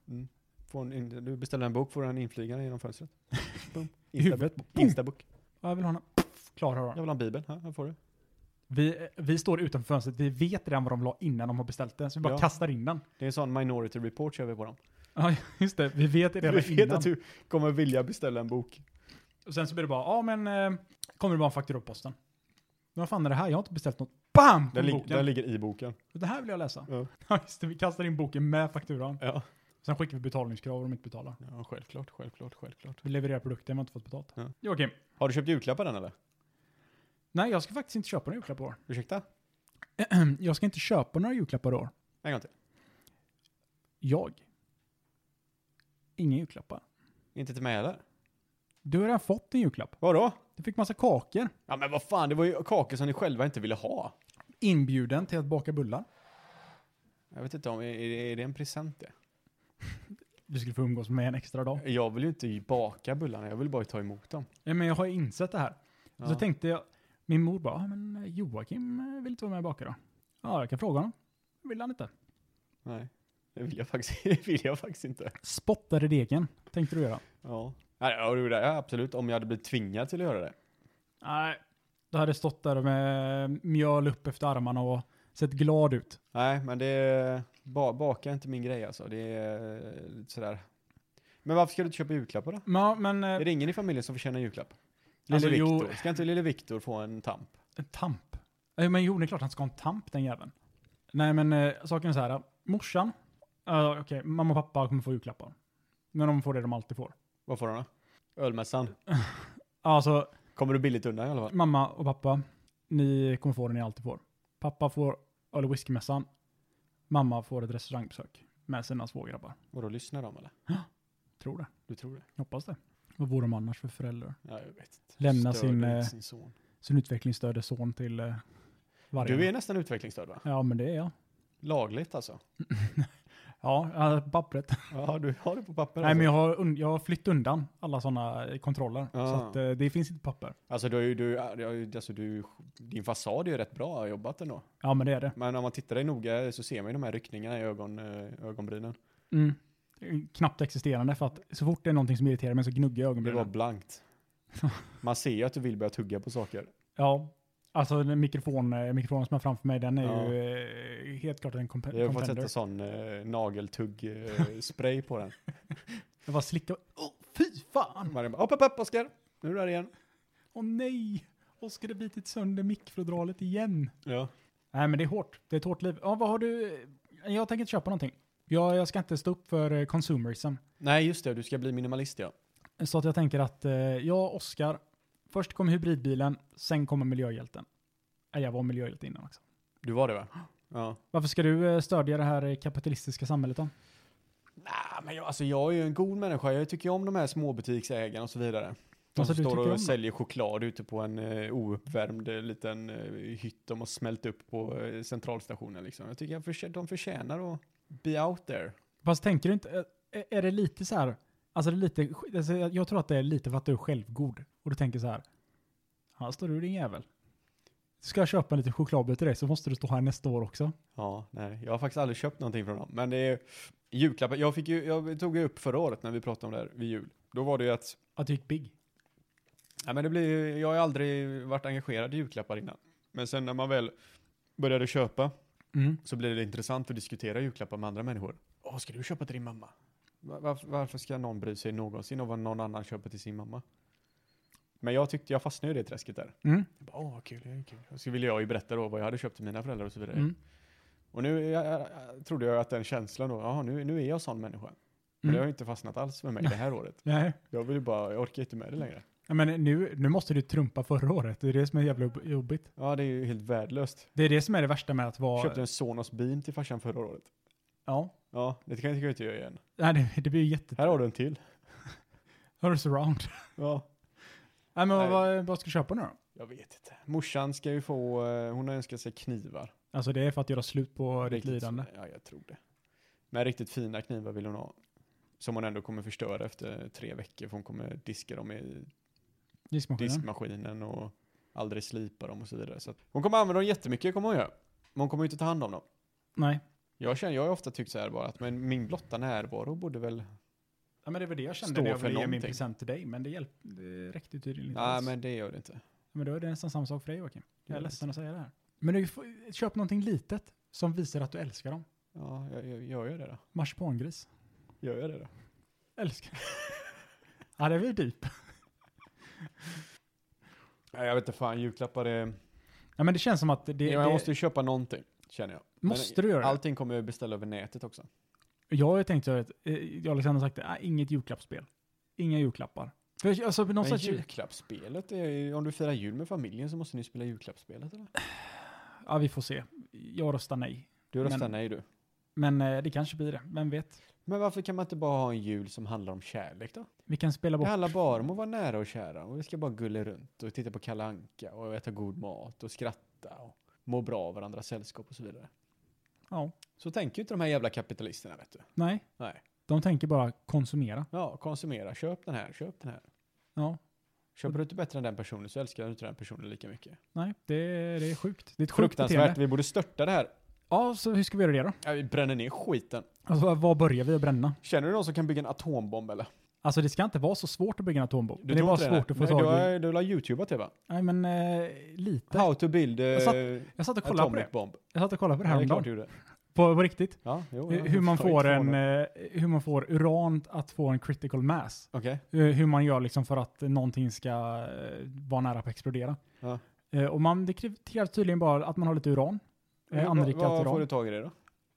[SPEAKER 3] Får en in, du beställer en bok, får den inflygande genom fönstret. Boom.
[SPEAKER 1] I huvudet.
[SPEAKER 3] Instabook. Instabook.
[SPEAKER 1] Ja, jag vill ha en... Pff, Klar har
[SPEAKER 3] Jag vill ha en bibel. Här, här får du.
[SPEAKER 1] vi, vi står utanför fönstret, vi vet redan vad de la innan de har beställt den, så vi bara
[SPEAKER 3] Ja.
[SPEAKER 1] kastar in den.
[SPEAKER 3] Det är en sån minority report kör vi på dem.
[SPEAKER 1] Ja, just det. Vi vet redan
[SPEAKER 3] Du vet
[SPEAKER 1] innan.
[SPEAKER 3] att du kommer vilja beställa en bok.
[SPEAKER 1] Och sen så blir det bara, ja men, eh, kommer det bara en faktura på posten. Men vad fan är det här? Jag har inte beställt något. BAM! På
[SPEAKER 3] Den, lig-
[SPEAKER 1] boken.
[SPEAKER 3] den ligger i boken.
[SPEAKER 1] Det här vill jag läsa.
[SPEAKER 3] Ja.
[SPEAKER 1] Ja, just det. Vi kastar in boken med fakturan.
[SPEAKER 3] Ja.
[SPEAKER 1] Sen skickar vi betalningskrav om de inte betalar.
[SPEAKER 3] ja, självklart, självklart, självklart.
[SPEAKER 1] Vi levererar produkten, vi har inte fått betalt.
[SPEAKER 3] Ja.
[SPEAKER 1] Joakim.
[SPEAKER 3] Har du köpt julklappar än eller?
[SPEAKER 1] Nej, jag ska faktiskt inte köpa några julklappar i år. Mm,
[SPEAKER 3] Ursäkta?
[SPEAKER 1] Jag ska inte köpa några julklappar i år.
[SPEAKER 3] En gång till.
[SPEAKER 1] Jag. Ingen julklappar.
[SPEAKER 3] Inte till mig heller.
[SPEAKER 1] Du har redan fått en julklapp.
[SPEAKER 3] Vadå?
[SPEAKER 1] Du fick massa kakor.
[SPEAKER 3] Ja men vad fan, det var ju kakor som ni själva inte ville ha.
[SPEAKER 1] Inbjuden till att baka bullar.
[SPEAKER 3] Jag vet inte om, är det, är det en present det?
[SPEAKER 1] Du skulle få umgås med mig en extra dag.
[SPEAKER 3] Jag vill ju inte baka bullarna, jag vill bara ta emot dem.
[SPEAKER 1] Nej, men jag har ju insett det här.
[SPEAKER 3] Ja.
[SPEAKER 1] Så tänkte jag, min mor bara, "Ah, men Joakim eh, vill inte vara med och baka då? Ja, jag kan fråga honom. Vill han inte.
[SPEAKER 3] Nej, det vill jag faktiskt, det vill jag faktiskt inte.
[SPEAKER 1] Spottade degen, tänkte du göra.
[SPEAKER 3] Ja. Nej, ja, det gjorde jag absolut, om jag hade blivit tvingad till att göra det.
[SPEAKER 1] Nej, du hade stått där med mjöl upp efter armarna och sett glad ut.
[SPEAKER 3] Nej, men det är, ba, baka är inte min grej alltså. Det är eh, lite sådär. Men varför ska du inte köpa julklappar då?
[SPEAKER 1] Ja, men eh,
[SPEAKER 3] Är det ingen i familjen som förtjänar en julklapp? Lille
[SPEAKER 1] Alltså, jo.
[SPEAKER 3] Viktor, ska inte lille Viktor få en tamp?
[SPEAKER 1] en tamp. Nej, men jo, det är klart han ska ha en tamp den jäveln. Nej, men eh, saken är så här. Morsan, uh, okej, mamma och pappa kommer få julklappar. Men de får det de alltid får.
[SPEAKER 3] Vad får han då? Ölmässan.
[SPEAKER 1] Alltså,
[SPEAKER 3] Kommer du billigt undan i alla fall?
[SPEAKER 1] mamma och pappa, ni kommer få det ni alltid får. Pappa får öl och whiskymässan. Mamma får ett restaurangbesök med sina svågrabbar.
[SPEAKER 3] Och då lyssnar de eller?
[SPEAKER 1] Tror det.
[SPEAKER 3] Du tror det?
[SPEAKER 1] Hoppas det. Vad vore de annars för föräldrar?
[SPEAKER 3] Ja, jag vet inte.
[SPEAKER 1] Lämna
[SPEAKER 3] Stör
[SPEAKER 1] sin,
[SPEAKER 3] du
[SPEAKER 1] eh,
[SPEAKER 3] inte sin son.
[SPEAKER 1] Sin utvecklingsstörde son till eh, varje.
[SPEAKER 3] Du är nästan utvecklingsstörd va?
[SPEAKER 1] Ja, men det är jag.
[SPEAKER 3] Lagligt alltså?
[SPEAKER 1] Ja, jag hade pappret.
[SPEAKER 3] Ja, du har det på papper
[SPEAKER 1] Nej,
[SPEAKER 3] alltså.
[SPEAKER 1] men jag har, un- jag har flytt undan alla sådana kontroller.
[SPEAKER 3] Ah.
[SPEAKER 1] Så att, eh, det finns inte papper.
[SPEAKER 3] Alltså, du, har ju- du, du, har ju- alltså du, din fasad är ju rätt bra jobbat ändå.
[SPEAKER 1] Ja, men det är det.
[SPEAKER 3] Men om man tittar dig noga så ser man ju de här ryckningarna i ögon, eh, ögonbrynen.
[SPEAKER 1] Mm. Knappt existerande för att så fort det är någonting som irriterar mig så gnuggar jag
[SPEAKER 3] Det var
[SPEAKER 1] ögonbrynen.
[SPEAKER 3] blankt. Man ser ju att du vill börja tugga på saker.
[SPEAKER 1] Ja, alltså den mikrofon, eh, mikrofonen som är framför mig den är
[SPEAKER 3] Ja.
[SPEAKER 1] ju eh, helt klart en komp-
[SPEAKER 3] Jag har fått sätta
[SPEAKER 1] contender.
[SPEAKER 3] sån eh, nageltugg-spray på den.
[SPEAKER 1] Jag bara slickar. Åh, fy fan!
[SPEAKER 3] Man bara, upp, upp, upp Oskar! Nu är du där igen.
[SPEAKER 1] Åh nej! Oskar har bitit sönder mickfodralet igen.
[SPEAKER 3] Ja.
[SPEAKER 1] Nej, men det är hårt. Det är ett hårt liv. Ja, vad har du? Jag tänker inte köpa någonting. Jag, jag ska inte stå upp för eh, consumerism.
[SPEAKER 3] Nej, just det. Du ska bli minimalist ja.
[SPEAKER 1] Så att jag tänker att eh, jag, Oskar, först kommer hybridbilen, sen kommer miljöhjälten. Nej, jag var miljöhjälte innan också.
[SPEAKER 3] Du var det va? Ja.
[SPEAKER 1] Varför ska du eh, stödja det här eh, kapitalistiska samhället då?
[SPEAKER 3] Nej, men jag, alltså, jag är ju en god människa. Jag tycker ju om de här småbutiksägarna och så vidare. De
[SPEAKER 1] Alltså,
[SPEAKER 3] som
[SPEAKER 1] du
[SPEAKER 3] står
[SPEAKER 1] tycker
[SPEAKER 3] och
[SPEAKER 1] om dem?
[SPEAKER 3] säljer choklad ute på en eh, ouppvärmd eh, liten eh, hytt de har smält upp på eh, centralstationen. Liksom. Jag tycker att förtjä- de förtjänar att be out there.
[SPEAKER 1] Fast tänker du inte, eh, är det lite så här, alltså det är lite, sk- alltså jag jag tror att det är lite för att du är självgod. Och du tänker så här, här står du din jävel. Ska jag köpa en liten chokladbit till dig så måste du stå här nästa år också.
[SPEAKER 3] Ja, nej. Jag har faktiskt aldrig köpt någonting från dem. Men det är julklappar. Jag, fick ju, jag tog ju upp förra året när vi pratade om det här vid jul. Då var det ju att
[SPEAKER 1] Att du gick big.
[SPEAKER 3] Ja, men det blir, ju- jag har ju aldrig varit engagerad i julklappar innan. Men sen när man väl började köpa
[SPEAKER 1] Mm.
[SPEAKER 3] så blev det intressant att diskutera julklappar med andra människor. Åh, ska du köpa till din mamma? Va- Varför, varför ska någon bry sig någonsin om vad någon annan köper till sin mamma? Men jag tyckte, jag fastnade ju i det träsket där.
[SPEAKER 1] Mm.
[SPEAKER 3] Jag bara, Åh, vad kul, det är kul. Och så ville jag ju berätta då vad jag hade köpt till mina föräldrar och så vidare.
[SPEAKER 1] Mm.
[SPEAKER 3] Och nu jag, jag, jag, trodde jag att den känslan då, jaha, nu, nu är jag sån människa. Men
[SPEAKER 1] Mm.
[SPEAKER 3] det har ju inte fastnat alls med mig det här året.
[SPEAKER 1] Nej.
[SPEAKER 3] Jag vill ju bara, jag orkar inte med det längre.
[SPEAKER 1] Ja, Men nu, nu måste du trumpa förra året, det är det som är jävla jobb- jobbigt.
[SPEAKER 3] Ja, det är ju helt värdelöst.
[SPEAKER 1] Det är det som är det värsta med att vara...
[SPEAKER 3] Köpte en Sonos Beam till farsan förra året.
[SPEAKER 1] Ja.
[SPEAKER 3] Ja, det kan jag tycka inte göra igen.
[SPEAKER 1] Nej, det, det blir ju jätte...
[SPEAKER 3] Här har du en till.
[SPEAKER 1] Har du surround?
[SPEAKER 3] Ja.
[SPEAKER 1] Nej, men
[SPEAKER 3] Nej.
[SPEAKER 1] Vad, vad ska du köpa nu då?
[SPEAKER 3] Jag vet inte. Morsan ska ju få, eh, hon har önskat sig knivar.
[SPEAKER 1] Alltså det är för att göra slut på ditt lidande.
[SPEAKER 3] Ja, jag tror det. Men riktigt fina knivar vill hon ha. Som hon ändå kommer förstöra efter tre veckor, för hon kommer diska dem i
[SPEAKER 1] Diskmaskinen.
[SPEAKER 3] diskmaskinen och aldrig slipa dem och så vidare. Så att hon kommer använda dem jättemycket, kommer hon göra. Man kommer ju inte ta hand om dem.
[SPEAKER 1] Nej.
[SPEAKER 3] Jag känner, jag har ju ofta tyckt så här bara att men min blotta närvaro borde väl...
[SPEAKER 1] Ja, men det var det jag kände
[SPEAKER 3] Stå
[SPEAKER 1] när jag
[SPEAKER 3] för
[SPEAKER 1] ville ge min
[SPEAKER 3] någonting.
[SPEAKER 1] present till dig, men det, hjälp, det räckte ju tydligen inte
[SPEAKER 3] Nej,
[SPEAKER 1] alls.
[SPEAKER 3] men det gör det inte.
[SPEAKER 1] men då är det nästan samma sak för dig Joakim. Jag är
[SPEAKER 3] Gör det
[SPEAKER 1] ledsen att säga det här. Men du får, köp någonting litet som visar att du älskar dem.
[SPEAKER 3] Ja, jag, jag, gör jag det då?
[SPEAKER 1] Marsipangris.
[SPEAKER 3] Gör jag det då?
[SPEAKER 1] Älskar. ja, det typ. blir deep.
[SPEAKER 3] Nej, jag vet inte fan, julklappar är...
[SPEAKER 1] Ja, men det känns som att det...
[SPEAKER 3] Ja, jag
[SPEAKER 1] det
[SPEAKER 3] måste ju köpa någonting, känner jag. Men
[SPEAKER 1] Måste du göra det?
[SPEAKER 3] Allting kommer jag beställa över nätet också.
[SPEAKER 1] Jag har ju tänkt att eh, jag och Alexander har liksom sagt det, "Nej, inget julklappsspel. Inga julklappar. För jag- alltså, på någon
[SPEAKER 3] men
[SPEAKER 1] sorts,
[SPEAKER 3] julklappsspelet, är ju, om du firar jul med familjen så måste ni spela julklappsspelet eller?
[SPEAKER 1] ja, vi får se. Jag röstar nej.
[SPEAKER 3] Du röstar
[SPEAKER 1] Men-
[SPEAKER 3] nej du.
[SPEAKER 1] Men eh, det kanske blir det, vem vet.
[SPEAKER 3] Men varför kan man inte bara ha en jul som handlar om kärlek då?
[SPEAKER 1] Vi kan spela
[SPEAKER 3] Det
[SPEAKER 1] bort.
[SPEAKER 3] handlar bara om att vara nära och kära och vi ska bara gulla runt och titta på Kalle Anka och äta god mat och skratta och må bra av varandras sällskap och så vidare.
[SPEAKER 1] Ja,
[SPEAKER 3] Så tänker ju inte de här jävla kapitalisterna vet du.
[SPEAKER 1] nej.
[SPEAKER 3] Nej.
[SPEAKER 1] De tänker bara konsumera.
[SPEAKER 3] Ja, konsumera, köp den här, köp den här.
[SPEAKER 1] Ja,
[SPEAKER 3] Köper du inte bättre än den personen så älskar du inte den personen lika mycket.
[SPEAKER 1] nej, det, det är sjukt. Det är ett sjukt
[SPEAKER 3] Fruktansvärt,
[SPEAKER 1] beteende.
[SPEAKER 3] vi borde störta det här.
[SPEAKER 1] Ja, så hur ska vi göra det då?
[SPEAKER 3] Ja, vi bränner ner skiten.
[SPEAKER 1] Alltså, var- var börjar vi att bränna?
[SPEAKER 3] Känner du någon som kan bygga en atombomb eller?
[SPEAKER 1] Alltså det ska inte vara så svårt att bygga en atombomb. det är
[SPEAKER 3] tror
[SPEAKER 1] bara
[SPEAKER 3] inte
[SPEAKER 1] svårt
[SPEAKER 3] det?
[SPEAKER 1] att få
[SPEAKER 3] Nej, Du
[SPEAKER 1] tag i.
[SPEAKER 3] har, du har youtubat det va?
[SPEAKER 1] Nej, men eh, lite.
[SPEAKER 3] How to build eh,
[SPEAKER 1] Jag satt- Jag satt och kollade på
[SPEAKER 3] atomic
[SPEAKER 1] det.
[SPEAKER 3] bomb.
[SPEAKER 1] Jag satt och kollade på det
[SPEAKER 3] Ja, det är
[SPEAKER 1] häromdagen.
[SPEAKER 3] klart du gjorde.
[SPEAKER 1] På, på riktigt.
[SPEAKER 3] Ja, jo,
[SPEAKER 1] Hur
[SPEAKER 3] ja.
[SPEAKER 1] hur man,
[SPEAKER 3] Jag är
[SPEAKER 1] får
[SPEAKER 3] inte
[SPEAKER 1] en,
[SPEAKER 3] förvånad.
[SPEAKER 1] eh, hur man får uran att få en critical mass.
[SPEAKER 3] Okej.
[SPEAKER 1] Eh, Hur man gör liksom för att någonting ska eh, vara nära på att explodera.
[SPEAKER 3] Ja.
[SPEAKER 1] Eh, Och man, det krä- krävs tydligen bara att man har lite uran. Eh,
[SPEAKER 3] Hur-
[SPEAKER 1] Anrikat
[SPEAKER 3] vad- Vad får du
[SPEAKER 1] uran.
[SPEAKER 3] tag i det då?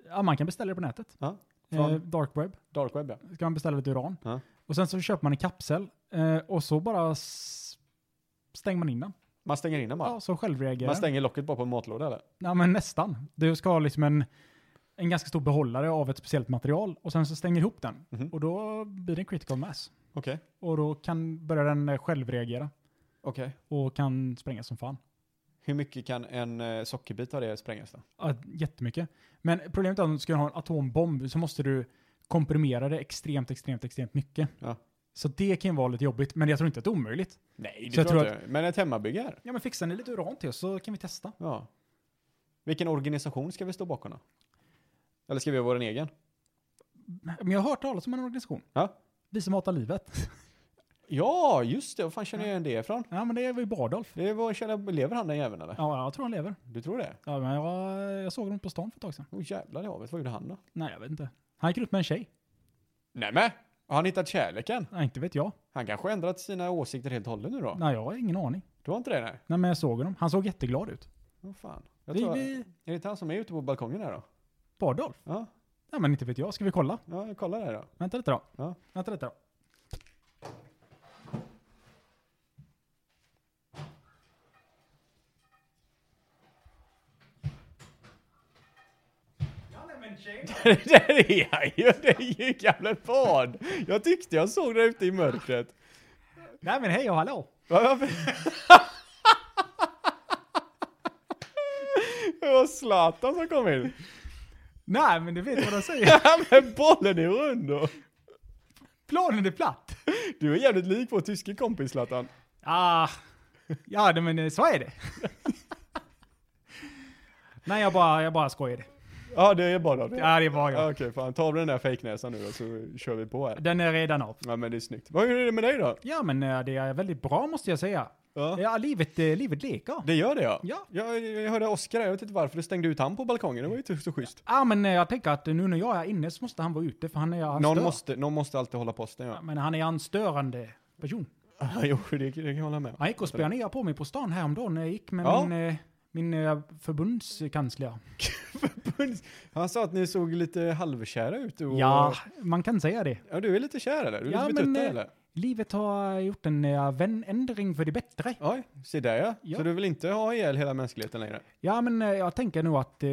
[SPEAKER 1] Ja, man kan beställa det på nätet.
[SPEAKER 3] Ja,
[SPEAKER 1] Eh,
[SPEAKER 3] från-
[SPEAKER 1] Dark web
[SPEAKER 3] Dark web ja.
[SPEAKER 1] ska man beställa lite uran.
[SPEAKER 3] Ja.
[SPEAKER 1] Och sen så köper man en kapsel eh, och så bara s- stänger man in den.
[SPEAKER 3] Man stänger in den bara.
[SPEAKER 1] Ja, så självreagerar
[SPEAKER 3] man
[SPEAKER 1] den.
[SPEAKER 3] stänger locket bara på en matlåda eller?
[SPEAKER 1] Ja, men nästan. Du ska ha liksom en, en ganska stor behållare av ett speciellt material och sen så stänger du ihop den.
[SPEAKER 3] Mhm.
[SPEAKER 1] Och då blir det en critical mass.
[SPEAKER 3] Okej.
[SPEAKER 1] Och då kan börja den eh, självreagera
[SPEAKER 3] Okej.
[SPEAKER 1] och kan sprängas som fan.
[SPEAKER 3] Hur mycket kan en eh, sockerbit av det sprängas då?
[SPEAKER 1] Ja, jättemycket. Men problemet är att om du ska ha en atombomb så måste du komprimera det extremt, extremt, extremt mycket.
[SPEAKER 3] Ja.
[SPEAKER 1] Så det kan ju vara lite jobbigt, men jag tror inte att det är omöjligt.
[SPEAKER 3] Nej,
[SPEAKER 1] det tror jag
[SPEAKER 3] inte. Men ett hemmabygge här?
[SPEAKER 1] Ja, men fixar ni lite uran till oss så kan vi testa.
[SPEAKER 3] Ja. Vilken organisation ska vi stå bakom då? Eller ska vi ha vår egen?
[SPEAKER 1] Men jag har hört talas om en organisation.
[SPEAKER 3] Ja.
[SPEAKER 1] Vi som hatar livet.
[SPEAKER 3] Ja, just det. Var fan känner jag igen det ifrån?
[SPEAKER 1] Ja, men det var ju Bardolf.
[SPEAKER 3] Det var, känner, lever han den jäveln eller?
[SPEAKER 1] Ja, jag tror han lever.
[SPEAKER 3] Du tror det?
[SPEAKER 1] Ja, men jag, jag såg honom på stan för ett tag sedan.
[SPEAKER 3] Åh Oh, jävlar i havet, vad gjorde han då?
[SPEAKER 1] Nej, jag vet inte. Han gick ut med en tjej.
[SPEAKER 3] Nej men, Har han hittat kärleken?
[SPEAKER 1] Nej, inte vet jag.
[SPEAKER 3] Han kanske har ändrat sina åsikter helt och hållet nu då?
[SPEAKER 1] Nej, jag har ingen aning.
[SPEAKER 3] Du har inte det? Nej.
[SPEAKER 1] Nej, men jag såg honom. Han såg jätteglad ut.
[SPEAKER 3] Åh fan. Jag
[SPEAKER 1] Vi,
[SPEAKER 3] tror,
[SPEAKER 1] vi,
[SPEAKER 3] Är det inte han som är ute på balkongen här då?
[SPEAKER 1] Bardolf.
[SPEAKER 3] Ja,
[SPEAKER 1] Ja, men inte vet jag. Ska vi kolla?
[SPEAKER 3] ja kolla där då.
[SPEAKER 1] Vänta lite då.
[SPEAKER 3] Ja.
[SPEAKER 1] Vänta lite då.
[SPEAKER 3] det där är han ju! Det är ju gamle barn! Jag tyckte jag såg det ute i mörkret.
[SPEAKER 1] Nej men hej och hallå!
[SPEAKER 3] Va- Varför? Det var Zlatan som kom in.
[SPEAKER 1] Nej men du vet vad de säger.
[SPEAKER 3] Men bollen är rund då.
[SPEAKER 1] Planen är platt!
[SPEAKER 3] Du är jävligt lik vår tyske kompis Zlatan.
[SPEAKER 1] Ah, ja det- men eh, så är det. Nej jag bara, jag bara skojade.
[SPEAKER 3] Ja, det är bara det.
[SPEAKER 1] Ja det var
[SPEAKER 3] Ja,
[SPEAKER 1] jag.
[SPEAKER 3] Okej, fan. Ta av den där fejknäsan nu då, så kör vi på här.
[SPEAKER 1] Den är redan av.
[SPEAKER 3] Ja, men det är snyggt. Vad är det med dig då?
[SPEAKER 1] Ja men eh, det är väldigt bra måste jag säga.
[SPEAKER 3] Ja.
[SPEAKER 1] Ja livet, eh, livet leker.
[SPEAKER 3] Det gör det ja.
[SPEAKER 1] Ja.
[SPEAKER 3] Jag, jag hörde Oskar, jag vet inte varför du stängde ut han på balkongen, det var ju inte så schysst.
[SPEAKER 1] Ja men eh, jag tänker att nu när jag är inne så måste han vara ute för han är han
[SPEAKER 3] Någon
[SPEAKER 1] stör.
[SPEAKER 3] måste, någon måste alltid hålla posten
[SPEAKER 1] Ja,
[SPEAKER 3] ja.
[SPEAKER 1] Men han är en störande person.
[SPEAKER 3] ja jo, det, det kan jag hålla med om.
[SPEAKER 1] Han gick och spelade ner på mig på stan häromdagen när jag gick med
[SPEAKER 3] Ja.
[SPEAKER 1] min, eh, min eh, förbundskansler.
[SPEAKER 3] Han sa att ni såg lite halvkära ut. Och,
[SPEAKER 1] Ja, man kan säga det.
[SPEAKER 3] ja. Du är lite kär eller? Du är
[SPEAKER 1] Ja,
[SPEAKER 3] lite betuttad
[SPEAKER 1] men, eh,
[SPEAKER 3] eller?
[SPEAKER 1] Livet har gjort en eh, vänändring för det bättre.
[SPEAKER 3] Oj, se där ja.
[SPEAKER 1] Ja.
[SPEAKER 3] Så du vill inte ha ihjäl hela mänskligheten längre?
[SPEAKER 1] Ja, men eh, jag tänker nog att eh,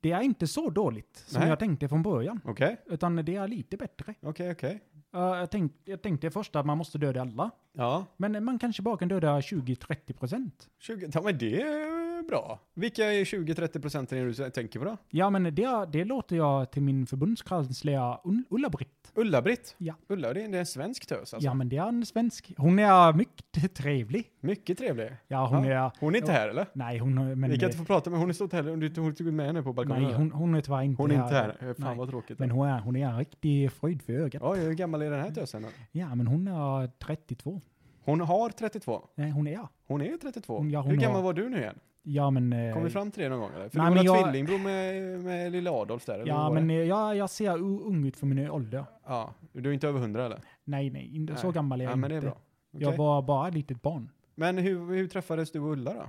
[SPEAKER 1] det är inte så dåligt som
[SPEAKER 3] Nej.
[SPEAKER 1] jag tänkte från början.
[SPEAKER 3] Okej,
[SPEAKER 1] Utan det är lite bättre.
[SPEAKER 3] okej, okej.
[SPEAKER 1] Ja, jag, tänk, jag tänkte först att man måste döda alla.
[SPEAKER 3] Ja.
[SPEAKER 1] Men man kanske bara kan döda 20-30 procent.
[SPEAKER 3] 20, ja men det är bra. Vilka är 20-30 procenten är du tänker på då?
[SPEAKER 1] Ja, men det, det låter jag till min förbundskansler Un- Ulla-Britt.
[SPEAKER 3] Ulla-Britt?
[SPEAKER 1] Ja.
[SPEAKER 3] Ulla, det är det är en svensk tös alltså.
[SPEAKER 1] Ja, men det är en svensk. Hon är mycket trevlig.
[SPEAKER 3] Mycket trevlig.
[SPEAKER 1] Ja, hon är...
[SPEAKER 3] Hon är inte
[SPEAKER 1] Ja.
[SPEAKER 3] här eller?
[SPEAKER 1] Nej, hon... är- Men,
[SPEAKER 3] Vi kan inte få prata med hon är stått här, hon hon tog med henne på balkongen.
[SPEAKER 1] nej, hon, hon är tyvärr inte
[SPEAKER 3] Hon är inte här. Fan
[SPEAKER 1] Nej.
[SPEAKER 3] vad tråkigt.
[SPEAKER 1] Men hon är, hon är en riktig fröjd för ögat.
[SPEAKER 3] Oj, hur gammal är den här tösen då?
[SPEAKER 1] Ja, men hon är 32.
[SPEAKER 3] Hon har 32.
[SPEAKER 1] Nej, hon är.
[SPEAKER 3] Hon är 32.
[SPEAKER 1] Ja, hon
[SPEAKER 3] hur gammal
[SPEAKER 1] har-
[SPEAKER 3] var du nu igen?
[SPEAKER 1] Ja, men... eh,
[SPEAKER 3] Kom vi fram till det någon gång eller? För
[SPEAKER 1] Nej,
[SPEAKER 3] du var
[SPEAKER 1] men jag-
[SPEAKER 3] tvillingbror med, med lilla Adolf där? Eller hur
[SPEAKER 1] Ja,
[SPEAKER 3] var
[SPEAKER 1] men
[SPEAKER 3] det?
[SPEAKER 1] eh, jag, jag ser u- ung ut för min ålder.
[SPEAKER 3] Ja, du är inte över 100 eller?
[SPEAKER 1] Nej, nej, inte så
[SPEAKER 3] Nej.
[SPEAKER 1] gammal är jag
[SPEAKER 3] Ja, men det
[SPEAKER 1] inte.
[SPEAKER 3] är bra. Okej.
[SPEAKER 1] Jag var bara ett litet barn.
[SPEAKER 3] Men hur, hur träffades du och Ulla då?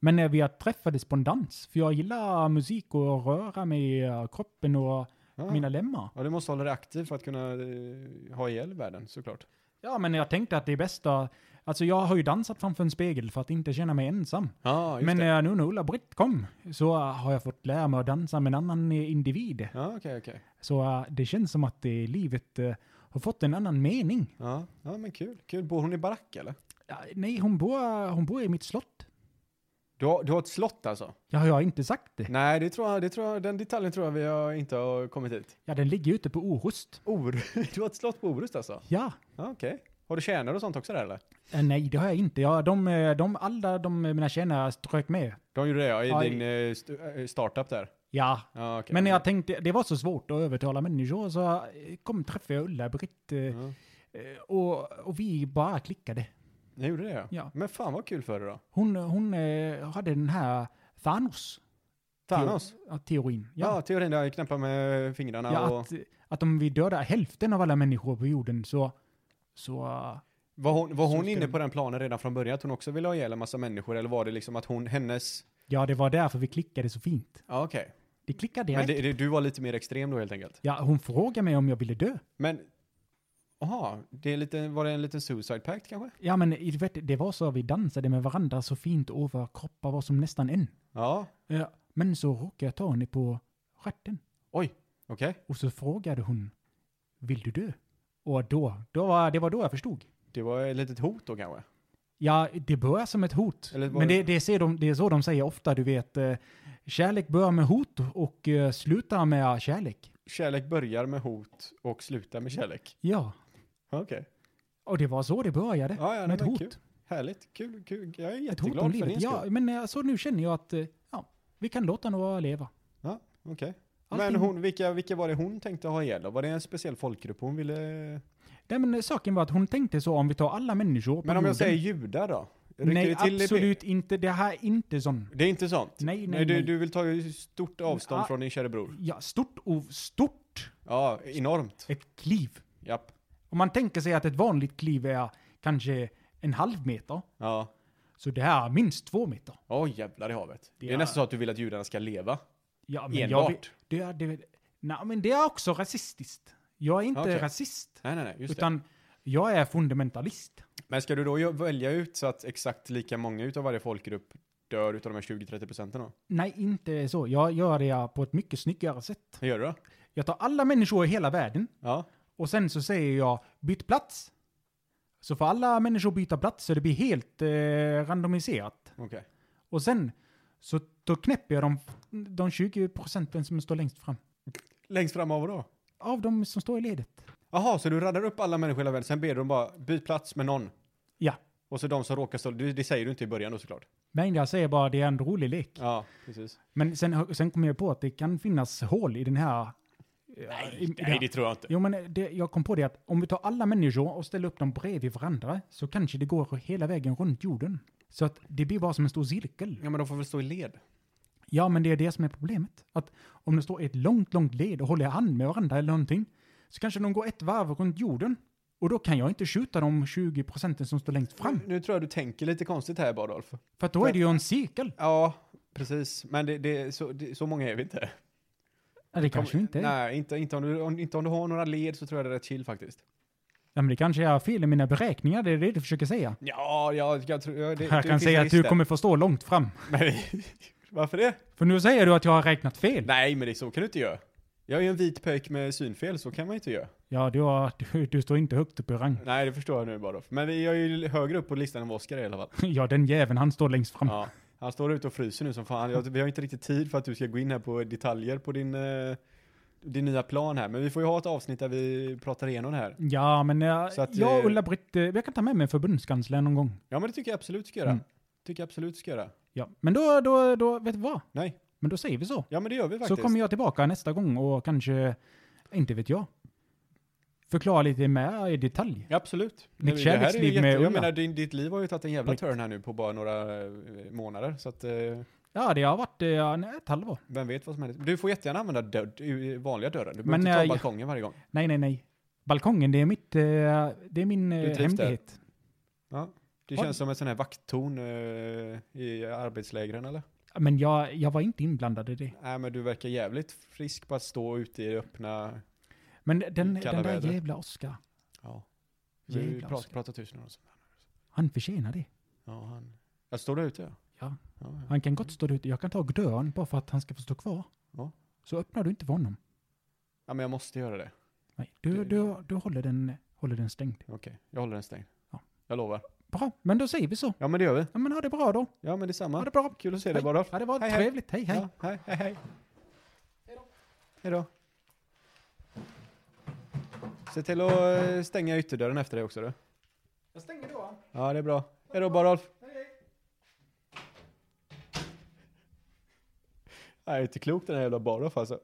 [SPEAKER 1] Men när vi träffades på en dans, för jag gillar musik och röra mig i eh, kroppen och
[SPEAKER 3] Ja.
[SPEAKER 1] mina lemmar.
[SPEAKER 3] Ja, du måste hålla dig aktiv för att kunna eh, ha ihjäl världen såklart.
[SPEAKER 1] Ja, men jag tänkte att det är bästa... Alltså jag har ju dansat framför en spegel för att inte känna mig ensam.
[SPEAKER 3] Ja, just
[SPEAKER 1] men
[SPEAKER 3] det.
[SPEAKER 1] eh, nu när Ulla-Britt kom så eh, har jag fått lära mig att dansa med en annan eh, individ.
[SPEAKER 3] Ja, okej, okej.
[SPEAKER 1] Så eh, det känns som att eh, livet eh, har fått en annan mening.
[SPEAKER 3] Ja, ja, men kul. Kul. Bor hon i barack eller?
[SPEAKER 1] Ja, nej, hon bor, eh, hon bor i mitt slott.
[SPEAKER 3] Du har, du har ett slott alltså?
[SPEAKER 1] Ja, jag har inte sagt det.
[SPEAKER 3] Nej, det tror jag, det tror jag, den detaljen tror jag vi har, inte har kommit hit.
[SPEAKER 1] Ja, den ligger ute på Orust.
[SPEAKER 3] Or, du har ett slott på Orust alltså?
[SPEAKER 1] Ja.
[SPEAKER 3] Ja, okej. Har du tjänare och sånt också där eller?
[SPEAKER 1] Eh, Nej, det har jag inte. Jag, de, eh, de, alla de, eh, mina tjänare strök med.
[SPEAKER 3] De gjorde det ja, i
[SPEAKER 1] Ja, i-
[SPEAKER 3] din eh, st- eh, startup där?
[SPEAKER 1] Ja.
[SPEAKER 3] Ja, okej.
[SPEAKER 1] Men jag tänkte, det var så svårt att övertala människor så eh, kom träffade jag Ulla-Britt eh,
[SPEAKER 3] Ja.
[SPEAKER 1] eh, och, och vi bara klickade.
[SPEAKER 3] Jag gjorde det ja.
[SPEAKER 1] Ja.
[SPEAKER 3] Men fan vad kul för dig då.
[SPEAKER 1] Hon, hon eh, hade den här Thanos.
[SPEAKER 3] Thanos?
[SPEAKER 1] Ja, teorin.
[SPEAKER 3] Ja,
[SPEAKER 1] Ja.
[SPEAKER 3] teorin där, knäppa med fingrarna
[SPEAKER 1] ja
[SPEAKER 3] och...
[SPEAKER 1] att, att om vi dödar hälften av alla människor på jorden så, så eh,
[SPEAKER 3] Var hon, var
[SPEAKER 1] Så
[SPEAKER 3] hon
[SPEAKER 1] ska
[SPEAKER 3] inne
[SPEAKER 1] den-
[SPEAKER 3] på den planen redan från början att hon också ville ha ihjäl en massa människor eller var det liksom att hon, hennes...
[SPEAKER 1] ja, det var därför vi klickade så fint.
[SPEAKER 3] Ja okej.
[SPEAKER 1] Det klickade
[SPEAKER 3] Men
[SPEAKER 1] direkt.
[SPEAKER 3] det, det, du var lite mer extrem då helt enkelt.
[SPEAKER 1] Ja, hon frågade mig om jag ville dö.
[SPEAKER 3] Men, aha, det är lite, var det en liten suicide pact kanske?
[SPEAKER 1] Ja, men i- du vet, det var så vi dansade med varandra så fint och våra kroppar var som nästan en.
[SPEAKER 3] Ja,
[SPEAKER 1] Ja. Men så råkade jag ta henne på stjärten
[SPEAKER 3] oj, okej.
[SPEAKER 1] och så frågade hon, vill du dö? Och då, då var, det var då jag förstod.
[SPEAKER 3] Det var ett litet hot då kanske?
[SPEAKER 1] Ja, det börjar som ett hot.
[SPEAKER 3] Eller var
[SPEAKER 1] Men
[SPEAKER 3] det-
[SPEAKER 1] det, det, ser de, det är så de säger ofta, du vet. eh, Kärlek börjar med hot och eh, slutar med kärlek.
[SPEAKER 3] Kärlek börjar med hot och slutar med kärlek.
[SPEAKER 1] Ja,
[SPEAKER 3] Ja, Okej.
[SPEAKER 1] och det var så det började.
[SPEAKER 3] Ja, ja,
[SPEAKER 1] med
[SPEAKER 3] nej,
[SPEAKER 1] ett
[SPEAKER 3] men
[SPEAKER 1] hot.
[SPEAKER 3] kul. Härligt, kul, kul. Jag är
[SPEAKER 1] Ett hot om
[SPEAKER 3] jätteglad för din
[SPEAKER 1] livet. Ja,
[SPEAKER 3] skull.
[SPEAKER 1] men eh, så nu känner jag att eh, ja, vi kan låta några leva.
[SPEAKER 3] Okej. Men
[SPEAKER 1] Allting-
[SPEAKER 3] hon, vilka, vilka var det hon tänkte ha ihjäl då? Var det en speciell folkgrupp hon ville...
[SPEAKER 1] Nej, men eh, saken var att hon tänkte så om vi tar alla människor på
[SPEAKER 3] Men om
[SPEAKER 1] jorden.
[SPEAKER 3] jag säger judar då? Rycker
[SPEAKER 1] Nej,
[SPEAKER 3] det till i be-
[SPEAKER 1] absolut inte. Det här är inte sån.
[SPEAKER 3] Det är inte sånt?
[SPEAKER 1] Nej, nej,
[SPEAKER 3] du,
[SPEAKER 1] nej.
[SPEAKER 3] du vill ta ju stort avstånd
[SPEAKER 1] Ah.
[SPEAKER 3] från din kära bror?
[SPEAKER 1] Ja, stort och stort.
[SPEAKER 3] Ja, enormt.
[SPEAKER 1] Ett kliv.
[SPEAKER 3] Japp.
[SPEAKER 1] Om man tänker sig att ett vanligt kliv är kanske en halv meter,
[SPEAKER 3] Ja.
[SPEAKER 1] så det här är minst två meter.
[SPEAKER 3] Oj, jävlar i havet. Det är
[SPEAKER 1] Ja.
[SPEAKER 3] nästan så att du vill att judarna ska leva.
[SPEAKER 1] Ja,
[SPEAKER 3] Enbart.
[SPEAKER 1] vet- det, är- det, nej, men det är också rasistiskt. Jag är inte
[SPEAKER 3] Okej.
[SPEAKER 1] rasist,
[SPEAKER 3] Nej, nej, nej. Just
[SPEAKER 1] utan jag är fundamentalist.
[SPEAKER 3] det. Men ska du då ju- välja ut så att exakt lika många utav varje folkgrupp dör utav de här 20-30 procenten då?
[SPEAKER 1] Nej, inte så. Jag gör det på ett mycket snyggare sätt.
[SPEAKER 3] Hur gör du då?
[SPEAKER 1] Jag tar alla människor i hela världen
[SPEAKER 3] Ja.
[SPEAKER 1] och sen så säger jag byt plats. Så får alla människor byta plats så det blir helt eh, randomiserat.
[SPEAKER 3] Okej.
[SPEAKER 1] Och sen så då knäpper jag de, de 20 procenten som står längst fram.
[SPEAKER 3] Längst fram av då?
[SPEAKER 1] Av de som står i ledet.
[SPEAKER 3] Jaha, så du raddar upp alla människor i hela världen, sen ber du dem bara byt plats med någon.
[SPEAKER 1] Ja.
[SPEAKER 3] Och så de som råkar stå... du- Det säger du inte i början då såklart.
[SPEAKER 1] Men jag säger bara det är en rolig lek.
[SPEAKER 3] Ja, precis.
[SPEAKER 1] Men sen, sen kom jag på att det kan finnas hål i den här... eh, i- i
[SPEAKER 3] Nej,
[SPEAKER 1] det här.
[SPEAKER 3] nej, det tror jag inte.
[SPEAKER 1] Jo, men det, jag kom på det att om vi tar alla människor och ställer upp dem bredvid varandra så kanske det går hela vägen runt jorden. Så att det blir bara som en stor cirkel.
[SPEAKER 3] Ja, men de får väl stå i led.
[SPEAKER 1] Ja, men det är det som är problemet. Att om det står i ett långt, långt led och håller hand med varandra eller någonting så kanske de går ett varv runt jorden. Och då kan jag inte skjuta de 20 procenten som står längst fram.
[SPEAKER 3] Nu, nu tror jag du tänker lite konstigt här, Badolf.
[SPEAKER 1] För att då är det ju en cirkel.
[SPEAKER 3] Ja, precis. Men det, det, så, det, så många är vi inte.
[SPEAKER 1] Ja, det kanske inte är. Nej.
[SPEAKER 3] Nej, inte, inte, om du, om, inte om du har några led så tror jag det är rätt chill faktiskt.
[SPEAKER 1] Ja, men det kanske är fel i mina beräkningar, det är det du försöker säga.
[SPEAKER 3] Ja, jag, jag tror... Jag, det,
[SPEAKER 1] Jag kan
[SPEAKER 3] det finns
[SPEAKER 1] säga
[SPEAKER 3] en
[SPEAKER 1] att du
[SPEAKER 3] risk där.
[SPEAKER 1] kommer få stå långt fram.
[SPEAKER 3] Men, varför det?
[SPEAKER 1] För nu säger du att jag har räknat fel.
[SPEAKER 3] Nej, men det är så kan du inte göra. Jag är ju en vit pöjk med synfel, så kan man ju inte göra.
[SPEAKER 1] Ja, du, har, du, du står inte högt upp i rang.
[SPEAKER 3] Nej, det förstår jag nu bara. Men jag är ju högre upp på listan än vad Oskar är i alla fall.
[SPEAKER 1] Ja, den jäveln, han står längst fram.
[SPEAKER 3] Ja. Han står ute och fryser nu som fan. Jag, vi har inte riktigt tid för att du ska gå in här på detaljer på din, eh, din nya plan här. Men vi får ju ha ett avsnitt där vi pratar igenom det här.
[SPEAKER 1] Ja, men jag,
[SPEAKER 3] Så att,
[SPEAKER 1] jag
[SPEAKER 3] eh,
[SPEAKER 1] och Ulla-Britt, eh, jag kan ta med mig förbundskanslern någon gång.
[SPEAKER 3] Ja, men det tycker jag absolut du ska göra.
[SPEAKER 1] Mm.
[SPEAKER 3] Tycker jag absolut du ska göra.
[SPEAKER 1] Ja, men då, då, då, vet du vad?
[SPEAKER 3] Nej.
[SPEAKER 1] Men då säger vi så.
[SPEAKER 3] Ja, men det gör vi
[SPEAKER 1] Så
[SPEAKER 3] faktiskt.
[SPEAKER 1] kommer jag tillbaka nästa gång och kanske, inte vet jag, förklara lite mer i detalj.
[SPEAKER 3] Ja, absolut.
[SPEAKER 1] Mitt
[SPEAKER 3] Det- det här är ju
[SPEAKER 1] kärleksliv med
[SPEAKER 3] Jag
[SPEAKER 1] Ulla.
[SPEAKER 3] menar, din, ditt liv har ju tagit en jävla
[SPEAKER 1] Britt.
[SPEAKER 3] turn här nu på bara några eh, månader. Så att, eh,
[SPEAKER 1] Ja, det har varit eh, nej, ett halvår.
[SPEAKER 3] vem vet vad som händer. Du får jättegärna använda dörr, vanliga dörren. Du behöver
[SPEAKER 1] Men,
[SPEAKER 3] inte ta
[SPEAKER 1] eh,
[SPEAKER 3] balkongen varje gång.
[SPEAKER 1] Nej, nej, nej. Balkongen, det är mitt, eh, det är min eh,
[SPEAKER 3] Du trivs där?
[SPEAKER 1] hemlighet.
[SPEAKER 3] Det
[SPEAKER 1] har-
[SPEAKER 3] känns som en sån här vakttorn eh, i arbetslägren eller?
[SPEAKER 1] Men jag, jag var inte inblandad i det.
[SPEAKER 3] Nej men du verkar jävligt frisk på att stå ute i det öppna...
[SPEAKER 1] Men den,
[SPEAKER 3] I kalla
[SPEAKER 1] den där
[SPEAKER 3] vädret.
[SPEAKER 1] jävla Oskar,
[SPEAKER 3] Ja. Du
[SPEAKER 1] Jävlar,
[SPEAKER 3] pratar,
[SPEAKER 1] Oskar.
[SPEAKER 3] pratar tusen år sedan.
[SPEAKER 1] han förtjänar det.
[SPEAKER 3] Ja, han... Jag står där ute ja.
[SPEAKER 1] Ja.
[SPEAKER 3] ja, ja.
[SPEAKER 1] Han kan gott stå där ute. Jag kan ta dörren bara för att han ska få stå kvar.
[SPEAKER 3] Ja.
[SPEAKER 1] Så öppnar du inte för honom.
[SPEAKER 3] ja men jag måste göra det.
[SPEAKER 1] Nej, du,
[SPEAKER 3] Det-
[SPEAKER 1] du, du håller, den, håller den stängd.
[SPEAKER 3] Okej, jag håller den stängd.
[SPEAKER 1] Ja.
[SPEAKER 3] Jag lovar.
[SPEAKER 1] Bra, men då säger vi så.
[SPEAKER 3] Ja men det gör vi.
[SPEAKER 1] Ja, men ha det bra då.
[SPEAKER 3] Ja men
[SPEAKER 1] Ha
[SPEAKER 3] detsamma.
[SPEAKER 1] det bra.
[SPEAKER 3] Kul att se dig
[SPEAKER 1] Hej.
[SPEAKER 3] Barof.
[SPEAKER 1] Ja, det var
[SPEAKER 3] Hej, hej.
[SPEAKER 1] trevligt. Hej, hej.
[SPEAKER 3] Ja, hej, hej, hej. Hej då. Se till att eh, stänga ytterdörren efter dig också du.
[SPEAKER 1] Jag stänger då.
[SPEAKER 3] Ja det är bra. Hej då Barolf. Nej, det är inte klokt den här jävla Barof alltså.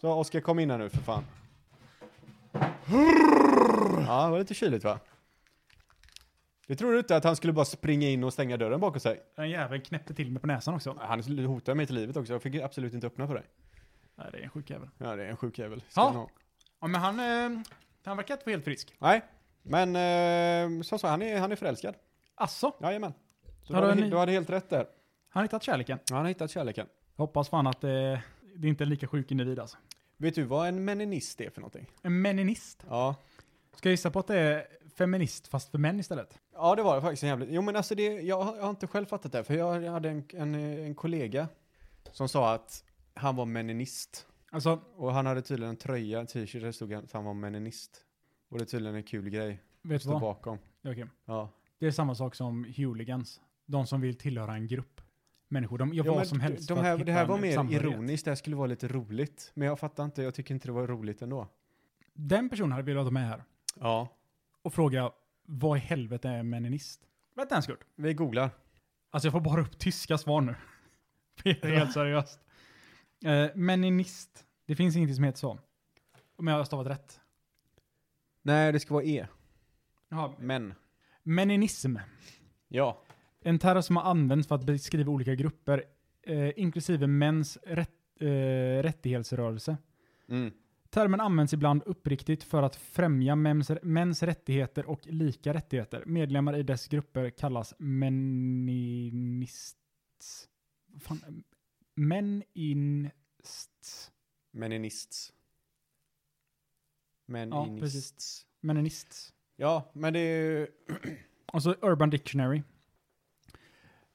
[SPEAKER 3] Så Oskar kom in här nu för fan. Ja, det var lite kyligt va? Det tror du inte att han skulle bara springa in och stänga dörren bakom sig?
[SPEAKER 1] Den jäveln knäppte till mig på näsan också.
[SPEAKER 3] Han hotade mig till livet också, jag fick absolut inte öppna för dig.
[SPEAKER 1] Nej, det är en sjuk jävel.
[SPEAKER 3] Ja, det är en sjuk jävel. Ska
[SPEAKER 1] Ja.
[SPEAKER 3] han ha.
[SPEAKER 1] Ja, men han, eh, han verkar inte vara helt frisk.
[SPEAKER 3] Nej, men eh, som sagt, han är, han är förälskad.
[SPEAKER 1] Asså?
[SPEAKER 3] Jajamän. Så
[SPEAKER 1] Har
[SPEAKER 3] du,
[SPEAKER 1] du
[SPEAKER 3] hade,
[SPEAKER 1] en ny-
[SPEAKER 3] du hade helt rätt där.
[SPEAKER 1] Alltså, Han har hittat kärleken.
[SPEAKER 3] Ja, han har hittat kärleken.
[SPEAKER 1] Jag hoppas fan att eh, det inte är en lika sjuk individ alltså.
[SPEAKER 3] Vet du vad en meninist är för någonting?
[SPEAKER 1] En meninist.
[SPEAKER 3] Ja.
[SPEAKER 1] Ska jag gissa på att det är feminist fast för män istället?
[SPEAKER 3] Ja, det var det faktiskt en jävligt. Jo, men alltså det, jag, har- jag har inte själv fattat det, här, för jag hade en, en, eh, en kollega som sa att han var meninist.
[SPEAKER 1] Alltså,
[SPEAKER 3] Och han hade tydligen en tröja, en t-shirt, där det stod att han var meninist. Och det är tydligen en kul grej,
[SPEAKER 1] vet du
[SPEAKER 3] stå
[SPEAKER 1] vad?
[SPEAKER 3] bakom.
[SPEAKER 1] Ja, okej.
[SPEAKER 3] Ja.
[SPEAKER 1] Det är samma sak som hooligans. De som vill tillhöra en grupp människor. De gör
[SPEAKER 3] Ja, men
[SPEAKER 1] vad som helst
[SPEAKER 3] de
[SPEAKER 1] för
[SPEAKER 3] här,
[SPEAKER 1] att
[SPEAKER 3] Det
[SPEAKER 1] hitta
[SPEAKER 3] här var
[SPEAKER 1] en
[SPEAKER 3] mer
[SPEAKER 1] samhörighet.
[SPEAKER 3] ironiskt, det här skulle vara lite roligt. Men jag fattar inte, jag tycker inte det var roligt ändå.
[SPEAKER 1] Den personen hade velat ha med här
[SPEAKER 3] Ja.
[SPEAKER 1] och fråga vad i helvete är en meninist? Vänta en sekund.
[SPEAKER 3] Vi googlar.
[SPEAKER 1] Alltså jag får bara upp tyska svar nu. Det är Helt seriöst. Eh, meninist. Det finns ingenting som heter så. Om jag har stavat rätt.
[SPEAKER 3] Nej, det ska vara E.
[SPEAKER 1] Jaha.
[SPEAKER 3] Men.
[SPEAKER 1] Meninism.
[SPEAKER 3] Ja.
[SPEAKER 1] En term som har använts för att beskriva olika grupper, eh, inklusive mäns rätt, eh, rättighetsrörelse.
[SPEAKER 3] Mm.
[SPEAKER 1] Termen används ibland uppriktigt för att främja mäns, mäns rättigheter och lika rättigheter. Medlemmar i dess grupper kallas meninists. Vad Fan, meninists.
[SPEAKER 3] Meninists.
[SPEAKER 1] Ja,
[SPEAKER 3] Meninists.
[SPEAKER 1] precis. Meninists.
[SPEAKER 3] Ja, men det är ju...
[SPEAKER 1] Och så Urban Dictionary.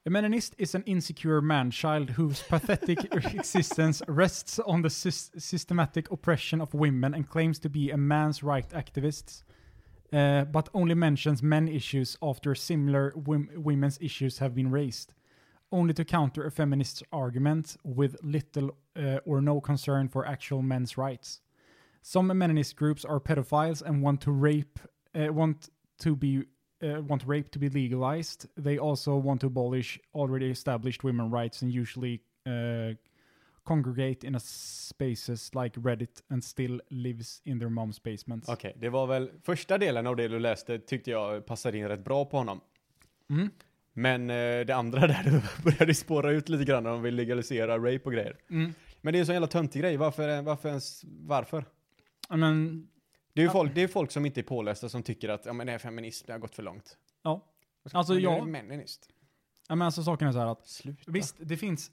[SPEAKER 1] A meninist is an insecure man-child whose pathetic existence rests on the sys- systematic oppression of women and claims to be a man's right activist, uh, but only mentions men issues after similar wom- women's issues have been raised, only to counter a feminist's argument with little uh, or no concern for actual men's rights. Some meninist groups are pedophiles and want to rape, uh, want to be uh, want rape to be legalized. They also want to abolish already established women rights and usually uh, congregate in a spaces like Reddit and still lives in their mom's basements.
[SPEAKER 3] Okej, det var väl... Första delen av det du läste tyckte jag passade in rätt bra på honom.
[SPEAKER 1] Mm.
[SPEAKER 3] Men eh, det andra där, du började spåra ut lite grann när de vill legalisera rape och grejer.
[SPEAKER 1] Mm.
[SPEAKER 3] Men det är en sån jävla töntig grej. Varför, eh, varför ens... Varför?
[SPEAKER 1] Ja, Men,
[SPEAKER 3] Det är ju
[SPEAKER 1] Ja.
[SPEAKER 3] folk, det är folk som inte är pålästa som tycker att ja, men det här feminism, det har gått för långt.
[SPEAKER 1] Ja.
[SPEAKER 3] Och så-
[SPEAKER 1] Alltså,
[SPEAKER 3] men du
[SPEAKER 1] ja.
[SPEAKER 3] är Meninist.
[SPEAKER 1] ja, men alltså saken är så här att
[SPEAKER 3] Sluta.
[SPEAKER 1] visst, det finns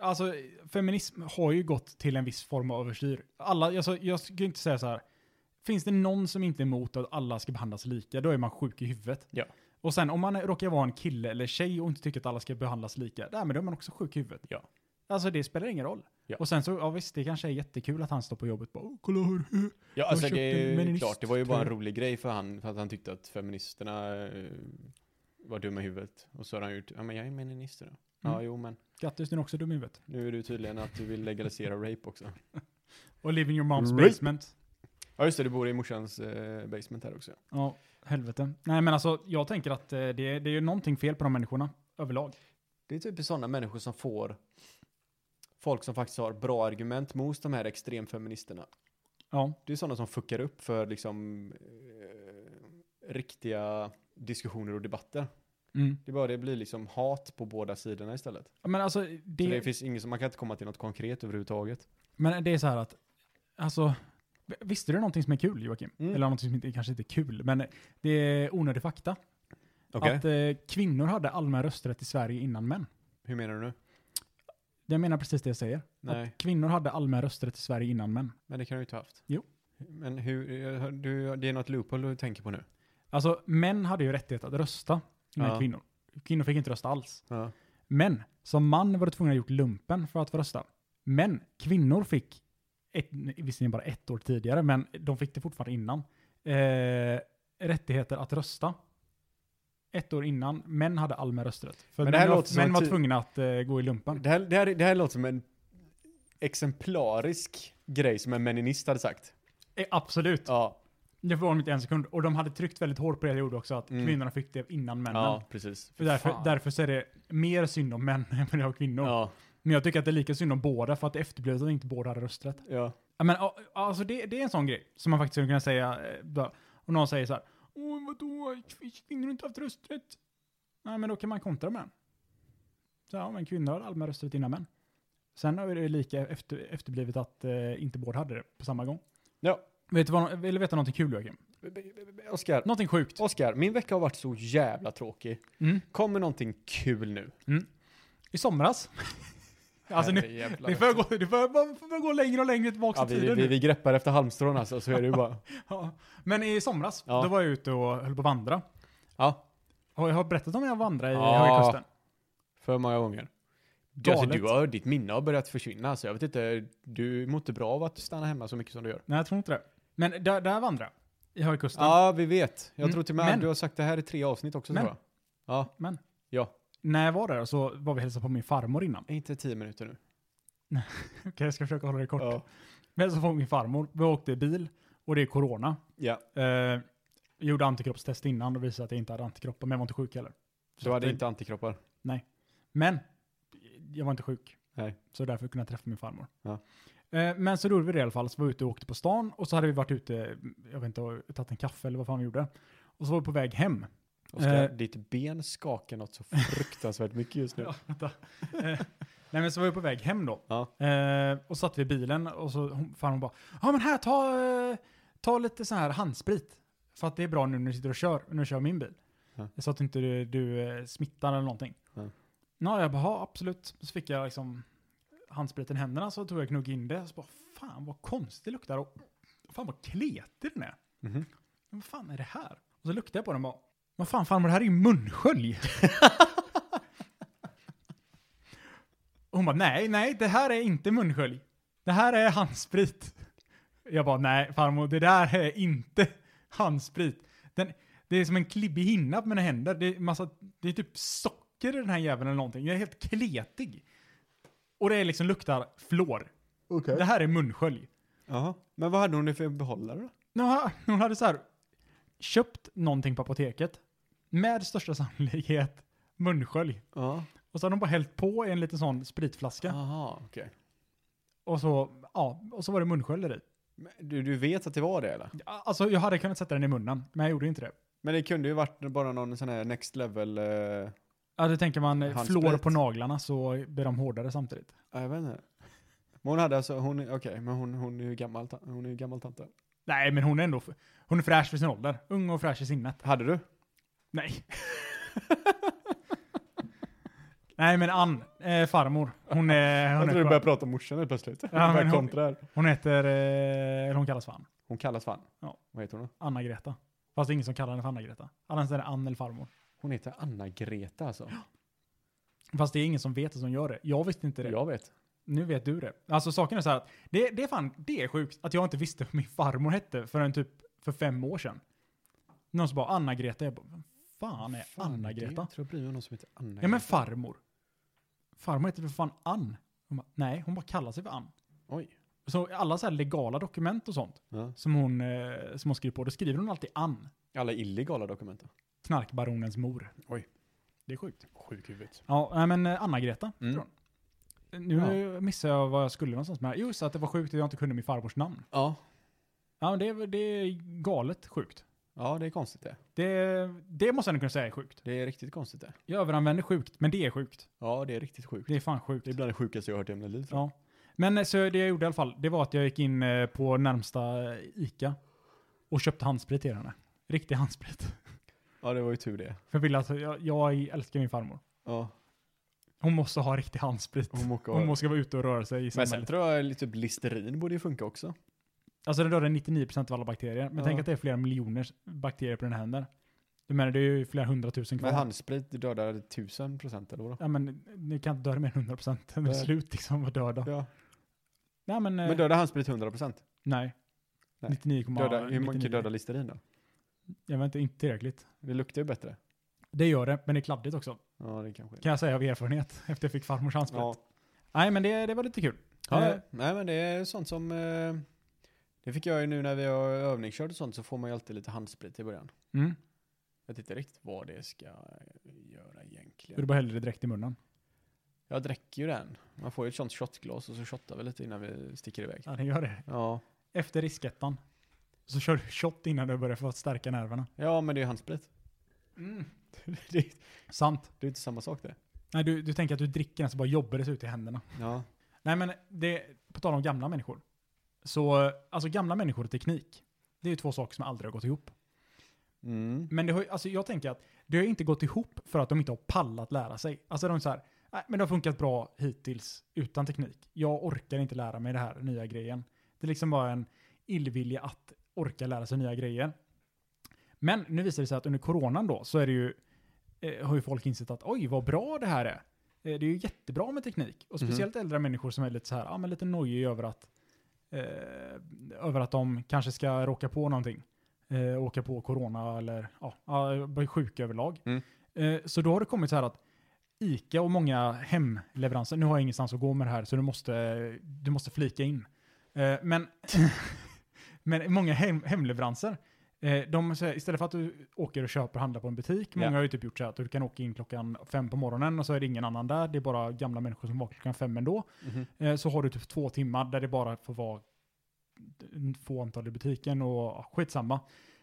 [SPEAKER 1] Alltså, feminism har ju gått till en viss form av överstyr. Alla, alltså, jag skulle inte säga så här. Finns det någon som inte är emot att alla ska behandlas lika, då är man sjuk i huvudet.
[SPEAKER 3] Ja.
[SPEAKER 1] Och sen om man råkar vara en kille eller tjej och inte tycker att alla ska behandlas lika, där, men då är man också sjuk i huvudet.
[SPEAKER 3] Ja.
[SPEAKER 1] Alltså det spelar ingen roll.
[SPEAKER 3] Ja.
[SPEAKER 1] Och sen så, ja visst, det kanske är jättekul att han står på jobbet bara, "Åh, kolla hur, hur.
[SPEAKER 3] Ja, alltså
[SPEAKER 1] köpte
[SPEAKER 3] det
[SPEAKER 1] en
[SPEAKER 3] är ju
[SPEAKER 1] meninist,
[SPEAKER 3] klart, det var ju bara en
[SPEAKER 1] tror
[SPEAKER 3] rolig grej för han, för att han tyckte att feministerna eh, var dumma i huvudet. Och så har han gjort, ja men jag är meninist då. Ja,
[SPEAKER 1] Mm.
[SPEAKER 3] jo men
[SPEAKER 1] Grattis, du är också dum i huvudet.
[SPEAKER 3] nu är du tydligen att du vill legalisera rape också.
[SPEAKER 1] Och live in your mom's
[SPEAKER 3] Rape.
[SPEAKER 1] basement.
[SPEAKER 3] Ja just det, du bor i morsans eh, basement här också.
[SPEAKER 1] Ja, helvete. Nej men alltså, jag tänker att eh, det, är- det är ju någonting fel på de människorna, överlag.
[SPEAKER 3] Det är typ sådana människor som får folk som faktiskt har bra argument mot de här extremfeministerna.
[SPEAKER 1] Ja,
[SPEAKER 3] Det är sådana som fuckar upp för liksom eh, riktiga diskussioner och debatter.
[SPEAKER 1] mm.
[SPEAKER 3] Det, är bara, det blir liksom hat på båda sidorna istället.
[SPEAKER 1] Ja, Men alltså,
[SPEAKER 3] Det...
[SPEAKER 1] det,
[SPEAKER 3] Så det finns ingen, som- man kan inte komma till något konkret överhuvudtaget.
[SPEAKER 1] men det är så här att, alltså, v- visste du någonting som är kul Joakim?
[SPEAKER 3] Mm.
[SPEAKER 1] Eller någonting som inte, kanske inte är kul, men det är onödig fakta. Att eh, kvinnor hade allmän rösträtt i Sverige innan män.
[SPEAKER 3] Hur menar du nu?
[SPEAKER 1] Jag menar precis det jag säger.
[SPEAKER 3] Nej,
[SPEAKER 1] Att kvinnor hade allmän rösträtt i Sverige innan män.
[SPEAKER 3] men det kan du ju inte ha haft.
[SPEAKER 1] Jo.
[SPEAKER 3] Men hur, eh, du, det är något loophole du tänker på nu.
[SPEAKER 1] Alltså, män hade ju rättighet att rösta innan
[SPEAKER 3] Ja.
[SPEAKER 1] kvinnor. Kvinnor fick inte rösta alls.
[SPEAKER 3] Ja.
[SPEAKER 1] Men som man var du tvungen att gjort lumpen för att få rösta. Men kvinnor fick, ett, visserligen bara ett år tidigare, men de fick det fortfarande innan, eh, rättigheter att rösta. Ett år innan, män hade allmän rösträtt. För
[SPEAKER 3] Men det
[SPEAKER 1] män,
[SPEAKER 3] här
[SPEAKER 1] var,
[SPEAKER 3] låter som
[SPEAKER 1] män
[SPEAKER 3] en
[SPEAKER 1] var
[SPEAKER 3] ty-
[SPEAKER 1] tvungna att eh, gå i lumpen.
[SPEAKER 3] Det, här, det, här, det här låter som en exemplarisk grej som en meninist hade sagt.
[SPEAKER 1] Eh, absolut.
[SPEAKER 3] Ja,
[SPEAKER 1] Det förvånar mig inte en sekund. Och de hade tryckt väldigt hårt på det jag gjorde också, att
[SPEAKER 3] Mm.
[SPEAKER 1] kvinnorna fick det innan männen.
[SPEAKER 3] ja precis.
[SPEAKER 1] För därför,
[SPEAKER 3] Fan.
[SPEAKER 1] därför så är det mer synd om män än vad det är om kvinnor.
[SPEAKER 3] Ja,
[SPEAKER 1] Men jag tycker att det är lika synd om båda för att det är efterblivet att inte båda hade rösträtt.
[SPEAKER 3] ja.
[SPEAKER 1] Ja, Men, ja, alltså det, det är en sån grej som man faktiskt skulle kunna säga. eh, bara- Om någon säger så här. Åh, vadå? Kvin- Kvinnor har inte haft rösträtt. Nej, men då kan man kontra med den. Så, ja, men kvinnor har allmän rösträtt innan män. Sen är det lika efter, efterblivet att eh, inte båda hade det på samma gång.
[SPEAKER 3] Ja.
[SPEAKER 1] Vet du vad, vill du veta någonting kul Joakim?
[SPEAKER 3] Oskar,
[SPEAKER 1] Någonting sjukt.
[SPEAKER 3] Oskar, min vecka har varit så jävla tråkig.
[SPEAKER 1] Mm.
[SPEAKER 3] Kommer någonting kul nu?
[SPEAKER 1] I somras. alltså nu,
[SPEAKER 3] Herrejävlar.
[SPEAKER 1] det får, gå, det, får, man får gå längre och längre tillbaka
[SPEAKER 3] ja,
[SPEAKER 1] i
[SPEAKER 3] vi,
[SPEAKER 1] tiden
[SPEAKER 3] vi,
[SPEAKER 1] nu.
[SPEAKER 3] vi greppar efter halmstrån alltså, så är det ju bara.
[SPEAKER 1] Ja. Men i somras,
[SPEAKER 3] Ja.
[SPEAKER 1] då var jag ute och höll på att vandra.
[SPEAKER 3] Ja,
[SPEAKER 1] Har jag har berättat om när jag vandrade i
[SPEAKER 3] Ja.
[SPEAKER 1] Höga Kusten?
[SPEAKER 3] för många gånger. Du,
[SPEAKER 1] Galet.
[SPEAKER 3] alltså, du har, ditt minne har börjat försvinna, så jag vet inte, du mår inte bra av att stanna hemma så mycket som du gör.
[SPEAKER 1] Nej, jag tror inte det. Men där, där vandrade jag. I Höga Kusten.
[SPEAKER 3] Ja, vi vet. Jag
[SPEAKER 1] Mm,
[SPEAKER 3] tror till och med
[SPEAKER 1] men-
[SPEAKER 3] du har sagt det här i tre avsnitt också
[SPEAKER 1] Men-
[SPEAKER 3] tror jag. Ja,
[SPEAKER 1] Men
[SPEAKER 3] ja.
[SPEAKER 1] när jag var där så var vi hälsade på min farmor innan.
[SPEAKER 3] Inte tio minuter nu.
[SPEAKER 1] Okej, jag ska försöka hålla det kort.
[SPEAKER 3] Ja.
[SPEAKER 1] Vi hälsade på min farmor. Vi åkte i bil och det är corona.
[SPEAKER 3] ja.
[SPEAKER 1] Eh, jag gjorde antikroppstest innan och visade att jag inte hade antikroppar, men jag var inte sjuk heller.
[SPEAKER 3] Du hade
[SPEAKER 1] att-
[SPEAKER 3] inte antikroppar.
[SPEAKER 1] Men jag var inte sjuk.
[SPEAKER 3] Nej.
[SPEAKER 1] Så därför kunde jag träffa min farmor.
[SPEAKER 3] Ja.
[SPEAKER 1] Eh, Men så gjorde vi det i alla fall, så var vi ute och åkte på stan och så hade vi varit ute, jag vet inte, och tagit en kaffe eller vad fan vi gjorde. Och så var vi på väg hem.
[SPEAKER 3] Oskar,
[SPEAKER 1] Eh.
[SPEAKER 3] ditt ben skakar något så fruktansvärt mycket just nu.
[SPEAKER 1] Ja, vänta. Eh, nej men så var vi på väg hem då.
[SPEAKER 3] Ja.
[SPEAKER 1] Eh, och satt vi i bilen och så hon, fan hon bara, ja men här ta, eh, ta lite sån här handsprit. För att det är bra nu när du sitter och kör, när du kör min bil.
[SPEAKER 3] Ja.
[SPEAKER 1] Så att inte du, du eh, smittar eller någonting.
[SPEAKER 3] Ja.
[SPEAKER 1] Ja, jag bara, "Ja, absolut. Så fick jag liksom handspriten i händerna så tog jag knugg in det. Så bara, fan vad konstigt det luktar och fan vad kletig den är.
[SPEAKER 3] Mhm.
[SPEAKER 1] Men Vad fan är det här? Och så luktade jag på den och bara, vad fan farmor, det här är ju munskölj. Och hon bara, nej, nej, det här är inte munskölj. Det här är handsprit. Jag bara, nej farmor, det där är inte handsprit. Den, det är som en klibbig hinna på mina händer. Det är, massa, det är typ socker i den här jäveln eller någonting. Jag är helt kletig. Och det är liksom luktar flår.
[SPEAKER 3] Okej.
[SPEAKER 1] Det här är munskölj.
[SPEAKER 3] Jaha. Men vad hade hon det för behållare då?
[SPEAKER 1] Nu har- Hon hade så här köpt någonting på apoteket. Med största sannolikhet munskölj.
[SPEAKER 3] Ja.
[SPEAKER 1] Och så har de bara hällt på i en liten sån spritflaska.
[SPEAKER 3] Jaha, okej.
[SPEAKER 1] Och så, ja, och så var det munskölj i.
[SPEAKER 3] Men Du, du vet att det var det eller?
[SPEAKER 1] Alltså jag hade kunnat sätta den i munnen, men jag gjorde inte det.
[SPEAKER 3] Men det kunde ju varit bara någon sån här next level... eh,
[SPEAKER 1] Ja, det tänker man eh,
[SPEAKER 3] Handsprit.
[SPEAKER 1] flår på naglarna så blir de hårdare samtidigt.
[SPEAKER 3] ja, jag vet inte. Men hon hade alltså, hon, okej, men hon, hon är ju gammal, ta- hon är ju gammal tante.
[SPEAKER 1] Nej, men hon är ändå, f- hon är fräsch för sin ålder. Ung och fräsch i sinnet.
[SPEAKER 3] Hade du?
[SPEAKER 1] Nej. Nej men Ann, eh, farmor, hon är, hon,
[SPEAKER 3] Jag trodde du
[SPEAKER 1] är skön.
[SPEAKER 3] började prata om morsan helt plötsligt.
[SPEAKER 1] men
[SPEAKER 3] Ja, men
[SPEAKER 1] hon-
[SPEAKER 3] kontra här.
[SPEAKER 1] hon heter, eh, eller hon kallas för Ann,
[SPEAKER 3] Hon kallas fan.
[SPEAKER 1] Ja.
[SPEAKER 3] Vad heter hon då?
[SPEAKER 1] Anna-Greta. Fast det är ingen som kallar henne för Anna-Greta. Annars är det Ann eller farmor.
[SPEAKER 3] Hon heter Anna-Greta alltså.
[SPEAKER 1] Fast det är ingen som vet att hon gör det. Jag visste inte det.
[SPEAKER 3] Jag vet.
[SPEAKER 1] Nu vet du det. Alltså saken är så här att det, det är fan, det är sjukt att jag inte visste vad min farmor hette förrän typ för fem år sedan. Någon som bara Anna-Greta, jag bara, vem fan är Anna-Greta?
[SPEAKER 3] Jag tror jag blir med någon som heter Anna.
[SPEAKER 1] Ja men farmor. Farmor heter för fan Ann. Hon bara, nej, hon bara kallar sig för Ann.
[SPEAKER 3] Oj.
[SPEAKER 1] Så alla så här legala dokument och sånt
[SPEAKER 3] Ja.
[SPEAKER 1] som hon, eh, som hon skriver på, då skriver hon alltid Ann.
[SPEAKER 3] Alla illegala dokument. då.
[SPEAKER 1] Knarkbaronens mor.
[SPEAKER 3] Oj.
[SPEAKER 1] Det är sjukt.
[SPEAKER 3] Sjukhuvudet.
[SPEAKER 1] Ja, nej, men eh, Anna-Greta.
[SPEAKER 3] Mm.
[SPEAKER 1] tror jag. Nu missade jag vad jag skulle någonstans med. Jo, så att det var sjukt att jag inte kunde min farbrors namn.
[SPEAKER 3] Ja.
[SPEAKER 1] Ja, men det, det är galet sjukt.
[SPEAKER 3] Ja, det är konstigt det.
[SPEAKER 1] Det, det måste jag ändå kunna säga är sjukt.
[SPEAKER 3] Det är riktigt konstigt det.
[SPEAKER 1] Jag överanvänder sjukt, men det är sjukt.
[SPEAKER 3] Ja, det är riktigt sjukt.
[SPEAKER 1] Det är fan sjukt.
[SPEAKER 3] Det är bland det sjukaste jag har hört i hela livet.
[SPEAKER 1] Ja. Men eh, så det jag gjorde i alla fall, det var att jag gick in eh, på närmsta eh, Ica och köpte handsprit till henne. Riktig handsprit.
[SPEAKER 3] Ja, det var ju tur det.
[SPEAKER 1] För jag vill alltså, jag, jag älskar min farmor.
[SPEAKER 3] Ja.
[SPEAKER 1] Hon måste ha riktig handsprit.
[SPEAKER 3] Hon åker
[SPEAKER 1] Hon måste vara ute och röra sig i
[SPEAKER 3] Oh Liksom, Men
[SPEAKER 1] samhället.
[SPEAKER 3] sen tror jag lite blisterin borde ju funka också.
[SPEAKER 1] Alltså den dödar 99% av alla bakterier. Men
[SPEAKER 3] Ja.
[SPEAKER 1] tänk att det är flera miljoner bakterier på den här händen. Du menar det är ju flera hundratusen kvar.
[SPEAKER 3] Men handsprit dödar 1000 procent eller vadå?
[SPEAKER 1] Ja men ni kan inte döda mer än 100%. Det är
[SPEAKER 3] Nej.
[SPEAKER 1] slut liksom att döda.
[SPEAKER 3] Ja. Eh,
[SPEAKER 1] Nej men, eh,
[SPEAKER 3] Men dödar handsprit 100 procent?
[SPEAKER 1] nej.
[SPEAKER 3] Nej.
[SPEAKER 1] 99,99.
[SPEAKER 3] Döda, hur man kan döda listerin då?
[SPEAKER 1] Jag vet inte, inte tillräckligt.
[SPEAKER 3] Det luktar ju bättre.
[SPEAKER 1] Det gör det, men det är kladdigt också.
[SPEAKER 3] Ja, det kanske är.
[SPEAKER 1] Kan jag säga av erfarenhet efter jag fick farmors handsprit.
[SPEAKER 3] Ja.
[SPEAKER 1] Nej men det, det var lite kul.
[SPEAKER 3] Ja,
[SPEAKER 1] Eh,
[SPEAKER 3] nej men det är sånt som... Eh, det fick jag ju nu när vi har övningskört och sånt så får man ju alltid lite handsprit i början.
[SPEAKER 1] mm.
[SPEAKER 3] Jag vet inte riktigt vad det ska göra
[SPEAKER 1] Du
[SPEAKER 3] egentligen.
[SPEAKER 1] bara häller det direkt i munnen.
[SPEAKER 3] Jag dricker ju den. Man får ju ett sånt shotglas och så shottar vi lite innan vi sticker iväg.
[SPEAKER 1] Ja det gör det.
[SPEAKER 3] Ja,
[SPEAKER 1] Efter riskettan. Så kör du shot innan du börjar för att stärka nerverna.
[SPEAKER 3] ja men det är ju handsprit. Mm. det, är-
[SPEAKER 1] Sant.
[SPEAKER 3] det är inte samma sak det.
[SPEAKER 1] Nej du, du tänker att du dricker den så bara jobbar det sig ut i händerna.
[SPEAKER 3] Ja,
[SPEAKER 1] Nej men det, på tal om gamla människor. Så, alltså gamla människor och teknik. Det är ju två saker som aldrig har gått ihop.
[SPEAKER 3] mm.
[SPEAKER 1] Men det har, ju- alltså jag tänker att det har ju inte gått ihop för att de inte har pallat lära sig. Alltså de är så här, nej men det har funkat bra hittills utan teknik. Jag orkar inte lära mig det här nya grejen. Det är liksom bara en illvilja att orka lära sig nya grejer. Men nu visar det sig att under coronan då så är det ju, eh, har ju folk insett att oj vad bra det här är. Eh, det är ju jättebra med teknik. Och
[SPEAKER 3] Mhm.
[SPEAKER 1] speciellt äldre människor som är lite så här, ja men lite nojiga över att, eh, över att de kanske ska råka på någonting. Eh, åka på corona eller ja, ja, bli sjuka överlag.
[SPEAKER 3] Mm.
[SPEAKER 1] Eh, så då har det kommit så här att ICA och många hemleveranser, nu har jag ingenstans att gå med det här så du måste, du måste flika in. Eh, men, men många hem, hemleveranser, eh, de, så här, istället för att du åker och köper och handlar på en butik,
[SPEAKER 3] Ja.
[SPEAKER 1] många har ju typ gjort så här att du kan åka in klockan fem på morgonen och så är det ingen annan där, det är bara gamla människor som vaknar klockan fem ändå.
[SPEAKER 3] Mhm.
[SPEAKER 1] Eh, så har du typ två timmar där det bara får vara få antal i butiken och ja, skitsamma.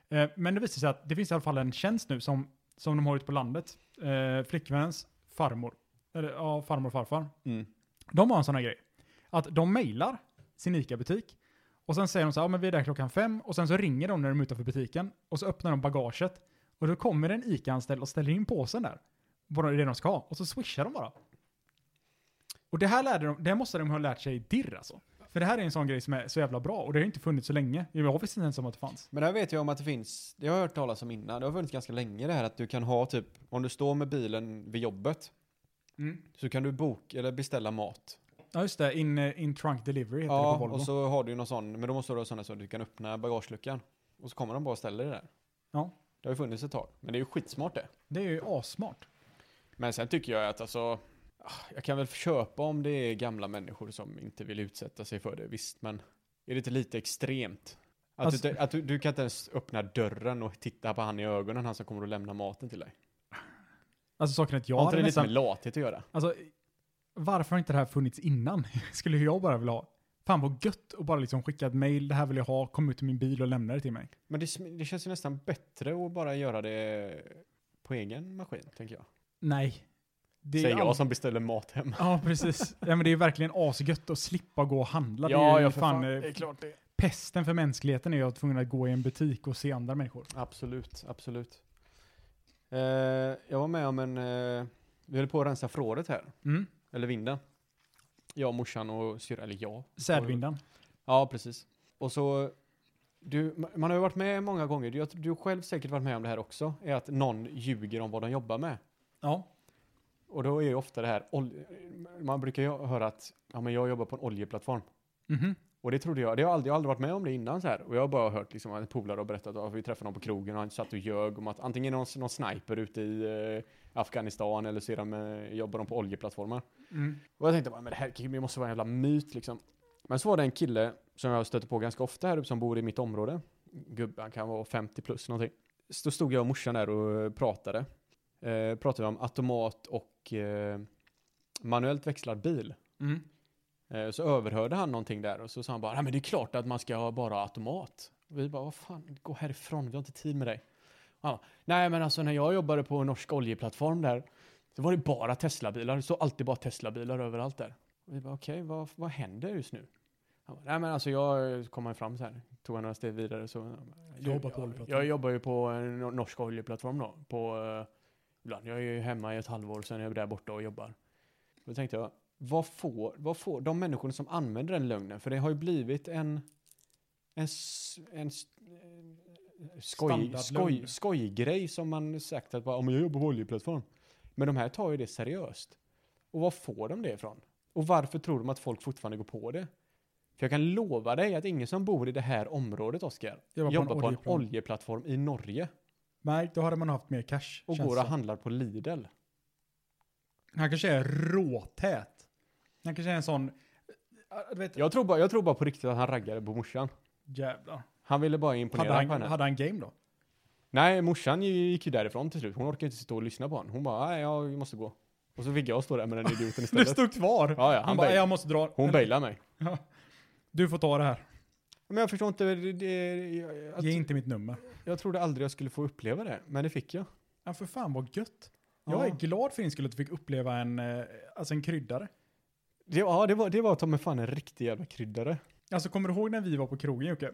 [SPEAKER 1] Eh, Men det visar sig att det finns i alla fall en tjänst nu som, som de har ute på landet. Eh, Flickvännens farmor, eller ja, farmor och farfar.
[SPEAKER 3] Mm.
[SPEAKER 1] De har en sån här grej. Att de mejlar sin ICA-butik och sen säger de så här, ja men vi är där klockan fem och sen så ringer de när de är utanför butiken och så öppnar de bagaget och då kommer en ICA-anställd och ställer in påsen där. Vad det är de ska ha och så swishar de bara. Och det här, lärde de, det här måste de ha lärt sig i dirr alltså. För det här är en sån grej som är så jävla bra och det har ju inte funnits så länge. Jag visste inte ens om att det fanns.
[SPEAKER 3] Men det här vet jag om att det finns, det har jag hört talas om innan, det har funnits ganska länge det här att du kan ha typ, om du står med bilen vid jobbet, så kan du boka eller beställa mat.
[SPEAKER 1] Ja just det, in, eh, in trunk delivery heter det
[SPEAKER 3] Ja,
[SPEAKER 1] på Volvo.
[SPEAKER 3] och så har du ju någon sån, men då måste du ha sådana så att du kan öppna bagageluckan. Och så kommer de bara och ställer det där.
[SPEAKER 1] Ja.
[SPEAKER 3] Det har ju funnits ett tag, men det är ju skitsmart det.
[SPEAKER 1] Det är ju assmart.
[SPEAKER 3] Men sen tycker jag att alltså, ah, jag kan väl köpa om det är gamla människor som inte vill utsätta sig för det, visst, men är det inte lite extremt? Att,
[SPEAKER 1] Alltså-
[SPEAKER 3] du, inte- att du, du kan inte ens öppna dörren och titta på han i ögonen, han som kommer att lämna maten till dig.
[SPEAKER 1] Alltså saken är att jag
[SPEAKER 3] Har inte
[SPEAKER 1] hade
[SPEAKER 3] det lite
[SPEAKER 1] nästan...
[SPEAKER 3] med lathet att göra?
[SPEAKER 1] Alltså, varför har inte det här funnits innan? Skulle jag bara vilja ha. Fan vad gött att bara liksom skicka ett mail, det här vill jag ha, kom ut till min bil och lämna det till mig.
[SPEAKER 3] Men det, sm- det känns ju nästan bättre att bara göra det på egen maskin, tänker jag.
[SPEAKER 1] Nej. Det är
[SPEAKER 3] Säger jag
[SPEAKER 1] all-
[SPEAKER 3] som beställer mat hem.
[SPEAKER 1] Ja, precis. Ja, men det är verkligen asgött att slippa gå och handla. det är
[SPEAKER 3] Ja,
[SPEAKER 1] ju
[SPEAKER 3] ja, för fan.
[SPEAKER 1] eh,
[SPEAKER 3] Det är klart det.
[SPEAKER 1] Pesten för mänskligheten är ju att tvungen att gå i en butik och se andra människor.
[SPEAKER 3] Absolut, absolut. Eh, jag var med om en... Eh, vi höll på att rensa frådet här,
[SPEAKER 1] Mm.
[SPEAKER 3] eller vinden. Jag, morsan och syrran, eller jag.
[SPEAKER 1] Sädvindan.
[SPEAKER 3] Ja, precis. Och så... Du, ma- man har ju varit med många gånger, du, jag tror du har själv säkert varit med om det här också, är att någon ljuger om vad de jobbar med.
[SPEAKER 1] Ja.
[SPEAKER 3] Och då är ju ofta det här, ol- man brukar ju höra att ja, men jag jobbar på en oljeplattform.
[SPEAKER 1] Mhm.
[SPEAKER 3] Och det trodde jag, det har jag aldrig, jag har aldrig varit med om det innan så här. Och jag har bara hört liksom att polare har berättat att vi träffade någon på krogen och han satt och ljög om att antingen är någon, någon sniper ute i eh, Afghanistan eller så är de, eh, jobbar de på oljeplattformar.
[SPEAKER 1] Mm.
[SPEAKER 3] Och jag tänkte bara, men det här det måste vara en jävla myt liksom. Men så var det en kille som jag stöter på ganska ofta här uppe som bor i mitt område. Gubben han kan vara 50 plus någonting. Så då stod jag och morsan där och eh, pratade. Eh, pratade vi om automat och eh, manuellt växlad bil.
[SPEAKER 1] Mm.
[SPEAKER 3] Eh, Så överhörde han någonting där och så sa han bara, nej men det är klart att man ska ha bara ha automat. Och vi bara, vad fan, gå härifrån, vi har inte tid med dig. Och han bara, nej men alltså när jag jobbade på en norsk oljeplattform där, så var det bara Teslabilar, det stod alltid bara Teslabilar överallt där. Och vi bara, okej, vad, vad händer just nu? Han bara, nej men alltså jag så kom han fram så här, tog han några steg vidare så.
[SPEAKER 1] Jag jobbar på oljeplattform.
[SPEAKER 3] Jag, jag jobbar ju på en nor- norsk oljeplattform då, på, eh, ibland. Jag är ju hemma i ett halvår, sen är jag där borta och jobbar. Då tänkte jag, vad får, vad får de människorna som använder den lögnen? För det har ju blivit en, en, s- en, s- en skoj, skoj,
[SPEAKER 1] Standardlögn.
[SPEAKER 3] skojgrej som man sagt att bara, om jag jobbar på oljeplattform. Men de här tar ju det seriöst. Och var får de det ifrån? Och varför tror de att folk fortfarande går på det? För jag kan lova dig att ingen som bor i det här området, Oskar,
[SPEAKER 1] Jobbar
[SPEAKER 3] jobbar,
[SPEAKER 1] på en
[SPEAKER 3] på
[SPEAKER 1] oljeplattform.
[SPEAKER 3] en oljeplattform i Norge
[SPEAKER 1] Nej, då hade man haft mer cash.
[SPEAKER 3] och
[SPEAKER 1] känns
[SPEAKER 3] går
[SPEAKER 1] det
[SPEAKER 3] och
[SPEAKER 1] som.
[SPEAKER 3] handlar på Lidl.
[SPEAKER 1] Han kanske är råtät. Han kanske är en sån... äh, Du vet,
[SPEAKER 3] Jag tror, bara, jag tror bara på riktigt att han raggade på morsan.
[SPEAKER 1] jävlar.
[SPEAKER 3] Han ville bara imponera
[SPEAKER 1] Hade han,
[SPEAKER 3] på henne.
[SPEAKER 1] hade han game då?
[SPEAKER 3] Nej, morsan gick ju därifrån till slut. Hon orkade inte sitta och lyssna på honom. Hon bara, nej, jag måste gå. Och så fick jag stå där med den idioten
[SPEAKER 1] Du
[SPEAKER 3] istället.
[SPEAKER 1] stod kvar.
[SPEAKER 3] Ja, ja,
[SPEAKER 1] han
[SPEAKER 3] han
[SPEAKER 1] bara,
[SPEAKER 3] bail-
[SPEAKER 1] jag måste dra.
[SPEAKER 3] Hon
[SPEAKER 1] Eller,
[SPEAKER 3] bailade mig.
[SPEAKER 1] Du får ta det här.
[SPEAKER 3] Men jag förstår inte, det, det, jag,
[SPEAKER 1] Ge
[SPEAKER 3] jag,
[SPEAKER 1] inte mitt nummer.
[SPEAKER 3] jag trodde aldrig jag skulle få uppleva det, men det fick jag.
[SPEAKER 1] Ja, för fan vad gött. Jag
[SPEAKER 3] Ja.
[SPEAKER 1] är glad för din skull att du fick uppleva en, eh, alltså en kryddare.
[SPEAKER 3] Det, ja, det var, det var ta mig fan en riktig jävla kryddare.
[SPEAKER 1] Alltså kommer du ihåg när vi var på krogen Jocke?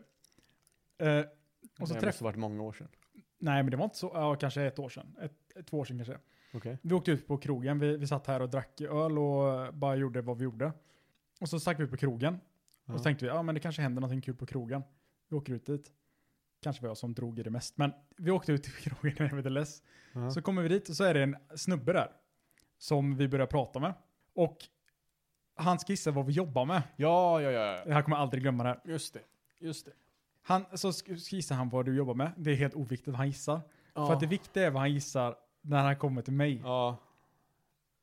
[SPEAKER 1] Eh, och så
[SPEAKER 3] det
[SPEAKER 1] träff...
[SPEAKER 3] måste varit många år sedan.
[SPEAKER 1] Nej men det var inte så, ja kanske ett år sedan. Ett, ett två år sedan kanske.
[SPEAKER 3] Okej.
[SPEAKER 1] Vi åkte ut på krogen, vi, vi satt här och drack öl och bara gjorde vad vi gjorde. Och så stack vi ut på krogen. Och
[SPEAKER 3] Ja.
[SPEAKER 1] så tänkte vi, ja men det kanske händer någonting kul på krogen. Vi åker ut dit. Kanske var jag som drog i det mest, men vi åkte ut till krogen när jag var less.
[SPEAKER 3] Ja.
[SPEAKER 1] Så kommer vi dit och så är det en snubbe där. Som vi börjar prata med. Och han ska gissa vad vi jobbar med.
[SPEAKER 3] ja, ja, ja.
[SPEAKER 1] Jag kommer aldrig glömma det här.
[SPEAKER 3] Just det. Just det.
[SPEAKER 1] Han, så sk- ska gissar han vad du jobbar med. Det är helt oviktigt vad han gissar.
[SPEAKER 3] Ja.
[SPEAKER 1] För att det viktiga är vad han gissar när han kommer till mig.
[SPEAKER 3] ja.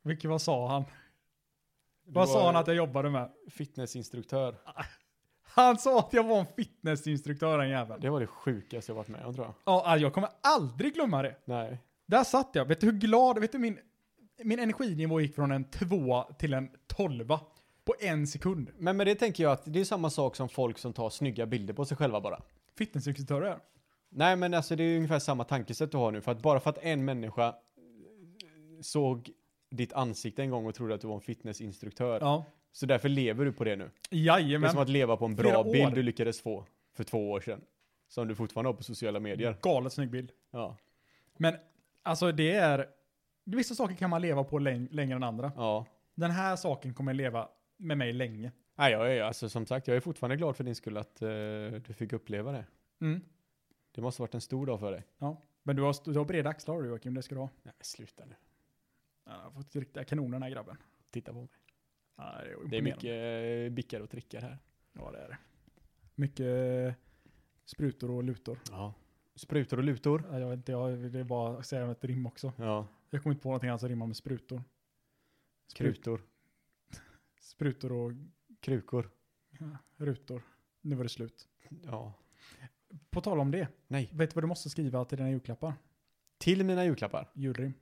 [SPEAKER 1] Vilket, vad sa han?
[SPEAKER 3] Du
[SPEAKER 1] Vad sa
[SPEAKER 3] var
[SPEAKER 1] han att jag jobbade med?
[SPEAKER 3] Fitnessinstruktör.
[SPEAKER 1] Han sa att jag var en fitnessinstruktör den jäveln.
[SPEAKER 3] Det var det sjukaste jag varit med om tror jag.
[SPEAKER 1] Ja, alltså, jag kommer aldrig glömma det.
[SPEAKER 3] Nej.
[SPEAKER 1] Där satt jag. Vet du hur glad, vet du min, min energinivå gick från en tvåa till en tolva på en sekund.
[SPEAKER 3] Men med det tänker jag att det är samma sak som folk som tar snygga bilder på sig själva bara.
[SPEAKER 1] Fitnessinstruktörer.
[SPEAKER 3] Nej men alltså det är ju ungefär samma tankesätt du har nu för att bara för att en människa eh, såg ditt ansikte en gång och trodde att du var en fitnessinstruktör.
[SPEAKER 1] Ja.
[SPEAKER 3] Så därför lever du på det nu. det är
[SPEAKER 1] Jajamän.
[SPEAKER 3] som att leva på en
[SPEAKER 1] flera
[SPEAKER 3] bra
[SPEAKER 1] år.
[SPEAKER 3] bild du lyckades få för två år sedan. Som du fortfarande har på sociala medier.
[SPEAKER 1] Galet snygg bild.
[SPEAKER 3] Ja.
[SPEAKER 1] Men alltså det är... Vissa saker kan man leva på läng- längre än andra.
[SPEAKER 3] Ja.
[SPEAKER 1] Den här saken kommer leva med mig länge.
[SPEAKER 3] Nej jag är alltså som sagt jag är fortfarande glad för din skull att eh, du fick uppleva det.
[SPEAKER 1] Mm.
[SPEAKER 3] Det måste ha varit en stor dag för dig.
[SPEAKER 1] Ja. Men du har, st- du har breda axlar du Joakim, det ska du ha.
[SPEAKER 3] Nej men sluta nu.
[SPEAKER 1] Ja, Jag har fått riktiga kanoner den här grabben.
[SPEAKER 3] Titta på mig.
[SPEAKER 1] Ja, det, är
[SPEAKER 3] Det är
[SPEAKER 1] imponerande.
[SPEAKER 3] mycket eh, bickar och trickar här.
[SPEAKER 1] Ja det är det. Mycket sprutor och lutor.
[SPEAKER 3] Ja. Sprutor och lutor.
[SPEAKER 1] Ja, Jag vet inte, jag ville bara säga ett rim också.
[SPEAKER 3] Ja.
[SPEAKER 1] Jag kommer inte på någonting annat som rimmar med sprutor. Sprut,
[SPEAKER 3] Krutor.
[SPEAKER 1] sprutor och
[SPEAKER 3] Krukor.
[SPEAKER 1] ja, rutor. Nu var det slut.
[SPEAKER 3] Ja.
[SPEAKER 1] På tal om det,
[SPEAKER 3] Nej.
[SPEAKER 1] vet du vad du måste skriva till dina julklappar?
[SPEAKER 3] Till mina julklappar.
[SPEAKER 1] Julrim.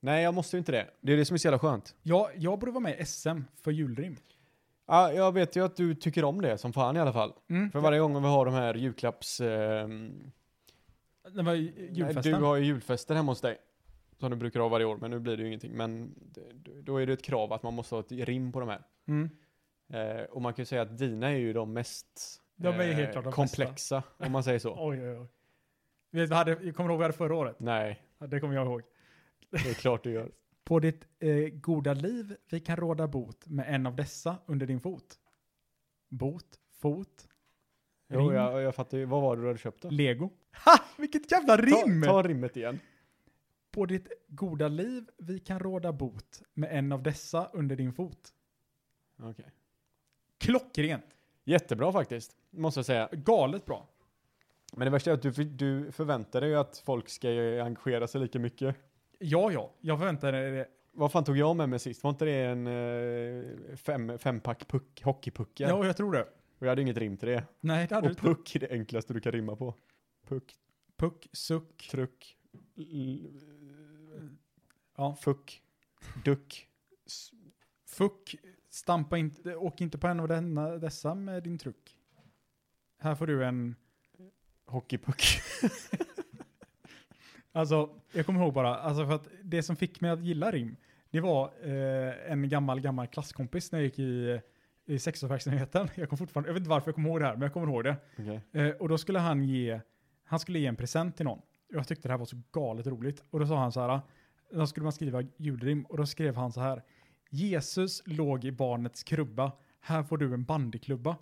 [SPEAKER 3] Nej, jag måste ju inte det. Det är det som är så jävla skönt.
[SPEAKER 1] Jag, jag borde vara med i SM för julrim.
[SPEAKER 3] Ja, jag vet ju att du tycker om det som fan i alla fall.
[SPEAKER 1] Mm.
[SPEAKER 3] För varje gång vi har de här julklapps... ehm,
[SPEAKER 1] Det var ju- julfesten.
[SPEAKER 3] Du har ju julfester hemma hos dig. Som du brukar ha varje år, men nu blir det ju ingenting. Men det- då är det ett krav att man måste ha ett rim på de här.
[SPEAKER 1] Mm.
[SPEAKER 3] Eh, och man kan ju säga att dina är ju de mest eh,
[SPEAKER 1] De är ju helt klart de
[SPEAKER 3] komplexa, om man säger så.
[SPEAKER 1] Oj, oj, oj. Vet du, vi hade, jag kommer ihåg vad vi hade förra året?
[SPEAKER 3] Nej,
[SPEAKER 1] Ja, Det kommer jag ihåg.
[SPEAKER 3] det är klart du gör.
[SPEAKER 1] På ditt eh, goda liv vi kan råda bot med en av dessa under din fot. Bot, fot,
[SPEAKER 3] Jo,
[SPEAKER 1] Rim.
[SPEAKER 3] jag, jag fattar ju. Vad var det du hade köpt då?
[SPEAKER 1] lego. Ha! Vilket jävla rim!
[SPEAKER 3] Ta, ta rimmet igen.
[SPEAKER 1] På ditt goda liv vi kan råda bot med en av dessa under din fot.
[SPEAKER 3] Okej.
[SPEAKER 1] Klockrent!
[SPEAKER 3] Jättebra faktiskt, måste jag säga.
[SPEAKER 1] Galet bra.
[SPEAKER 3] Men det värsta är att du, för- du förväntar dig ju att folk ska ju engagera sig lika mycket.
[SPEAKER 1] Ja, ja. Jag förväntade det.
[SPEAKER 3] Vad fan tog jag med mig sist? Var inte det en eh, fem, fempack puck, hockeypuckar?
[SPEAKER 1] Ja, jag tror det.
[SPEAKER 3] Och jag hade inget rim till det.
[SPEAKER 1] Nej, det hade du
[SPEAKER 3] Och
[SPEAKER 1] inte.
[SPEAKER 3] puck är det enklaste du kan rimma på. Puck,
[SPEAKER 1] Puck, suck.
[SPEAKER 3] truck, l-
[SPEAKER 1] Ja.
[SPEAKER 3] fuck, duck.
[SPEAKER 1] S- Fuck, stampa inte, åk inte på en av denna, dessa med din truck. Här får du en,
[SPEAKER 3] Hockeypuck.
[SPEAKER 1] alltså jag kommer ihåg bara, alltså för att det som fick mig att gilla rim, det var eh, en gammal, gammal klasskompis när jag gick i, i sexårsverksamheten. Jag kommer fortfarande, jag vet inte varför jag kommer ihåg det här, men jag kommer ihåg det.
[SPEAKER 3] Okej.
[SPEAKER 1] Eh, och då skulle han ge, han skulle ge en present till någon. Jag tyckte det här var så galet roligt. Och då sa han så här, då skulle man skriva julrim och då skrev han så här. Jesus låg i barnets krubba, här får du en bandyklubba.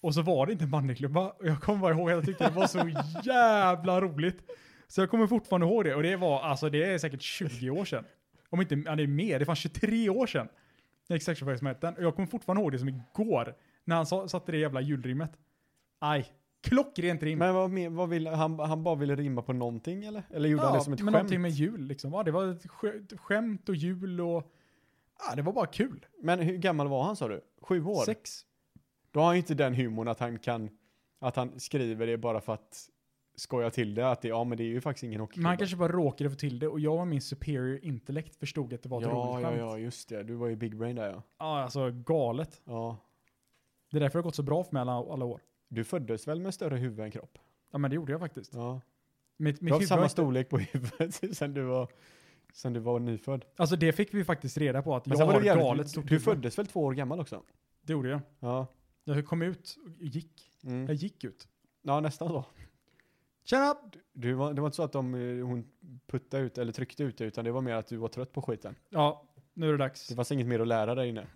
[SPEAKER 1] Och så var det inte en bandyklubba och jag kommer bara ihåg att jag tyckte det var så jävla roligt. Så jag kommer fortfarande ihåg det och det var alltså det är säkert 20 år sedan. Om inte, ja, det är mer, det fanns 23 år sedan. När jag gick sexualverksamheten och jag kommer fortfarande ihåg det som igår. När han sa, satte det jävla julrimmet. Aj, klockrent rim.
[SPEAKER 3] Men vad, men- vad vill, han, han bara ville rimma på någonting eller? Eller gjorde han det som ett
[SPEAKER 1] men
[SPEAKER 3] skämt?
[SPEAKER 1] någonting med jul liksom. Ja, det var ett sk- ett skämt och jul och... Ja, det var bara kul.
[SPEAKER 3] Men hur gammal var han sa du? Sju år?
[SPEAKER 1] Sex.
[SPEAKER 3] Då har han ju inte den humorn att han kan, att han skriver det bara för att skoja till det, att det, ja men det är ju faktiskt ingen
[SPEAKER 1] Men han
[SPEAKER 3] hockeyklubba.
[SPEAKER 1] kanske bara råkade få till det och jag med min superior intellekt förstod att det var ett
[SPEAKER 3] Ja,
[SPEAKER 1] roligt
[SPEAKER 3] ja,
[SPEAKER 1] skämt.
[SPEAKER 3] ja, just det. Du var ju big brain där ja.
[SPEAKER 1] Ja, alltså galet.
[SPEAKER 3] Ja.
[SPEAKER 1] Det är därför det har gått så bra för mig alla, alla år.
[SPEAKER 3] Du föddes väl med större huvud än kropp?
[SPEAKER 1] Ja, men det gjorde jag faktiskt.
[SPEAKER 3] Ja.
[SPEAKER 1] Mitt,
[SPEAKER 3] Du har
[SPEAKER 1] mitt huvud,
[SPEAKER 3] haft
[SPEAKER 1] var
[SPEAKER 3] samma
[SPEAKER 1] inte-
[SPEAKER 3] storlek på huvudet sen du var, sen du var nyfödd.
[SPEAKER 1] alltså det fick vi faktiskt reda på att jag
[SPEAKER 3] Men sen var
[SPEAKER 1] har
[SPEAKER 3] du
[SPEAKER 1] galet
[SPEAKER 3] jävligt,
[SPEAKER 1] stort
[SPEAKER 3] du
[SPEAKER 1] huvud.
[SPEAKER 3] föddes väl två år gammal också?
[SPEAKER 1] Det gjorde jag.
[SPEAKER 3] Ja.
[SPEAKER 1] Jag kom ut och gick. Jag
[SPEAKER 3] Mm.
[SPEAKER 1] gick ut.
[SPEAKER 3] Ja, nästan så.
[SPEAKER 1] Tjena!
[SPEAKER 3] Du var, det var inte så att de, eh, hon puttade ut eller tryckte ut dig, utan det var mer att du var trött på skiten.
[SPEAKER 1] Ja, nu är det dags.
[SPEAKER 3] Det fanns inget mer att lära dig inne.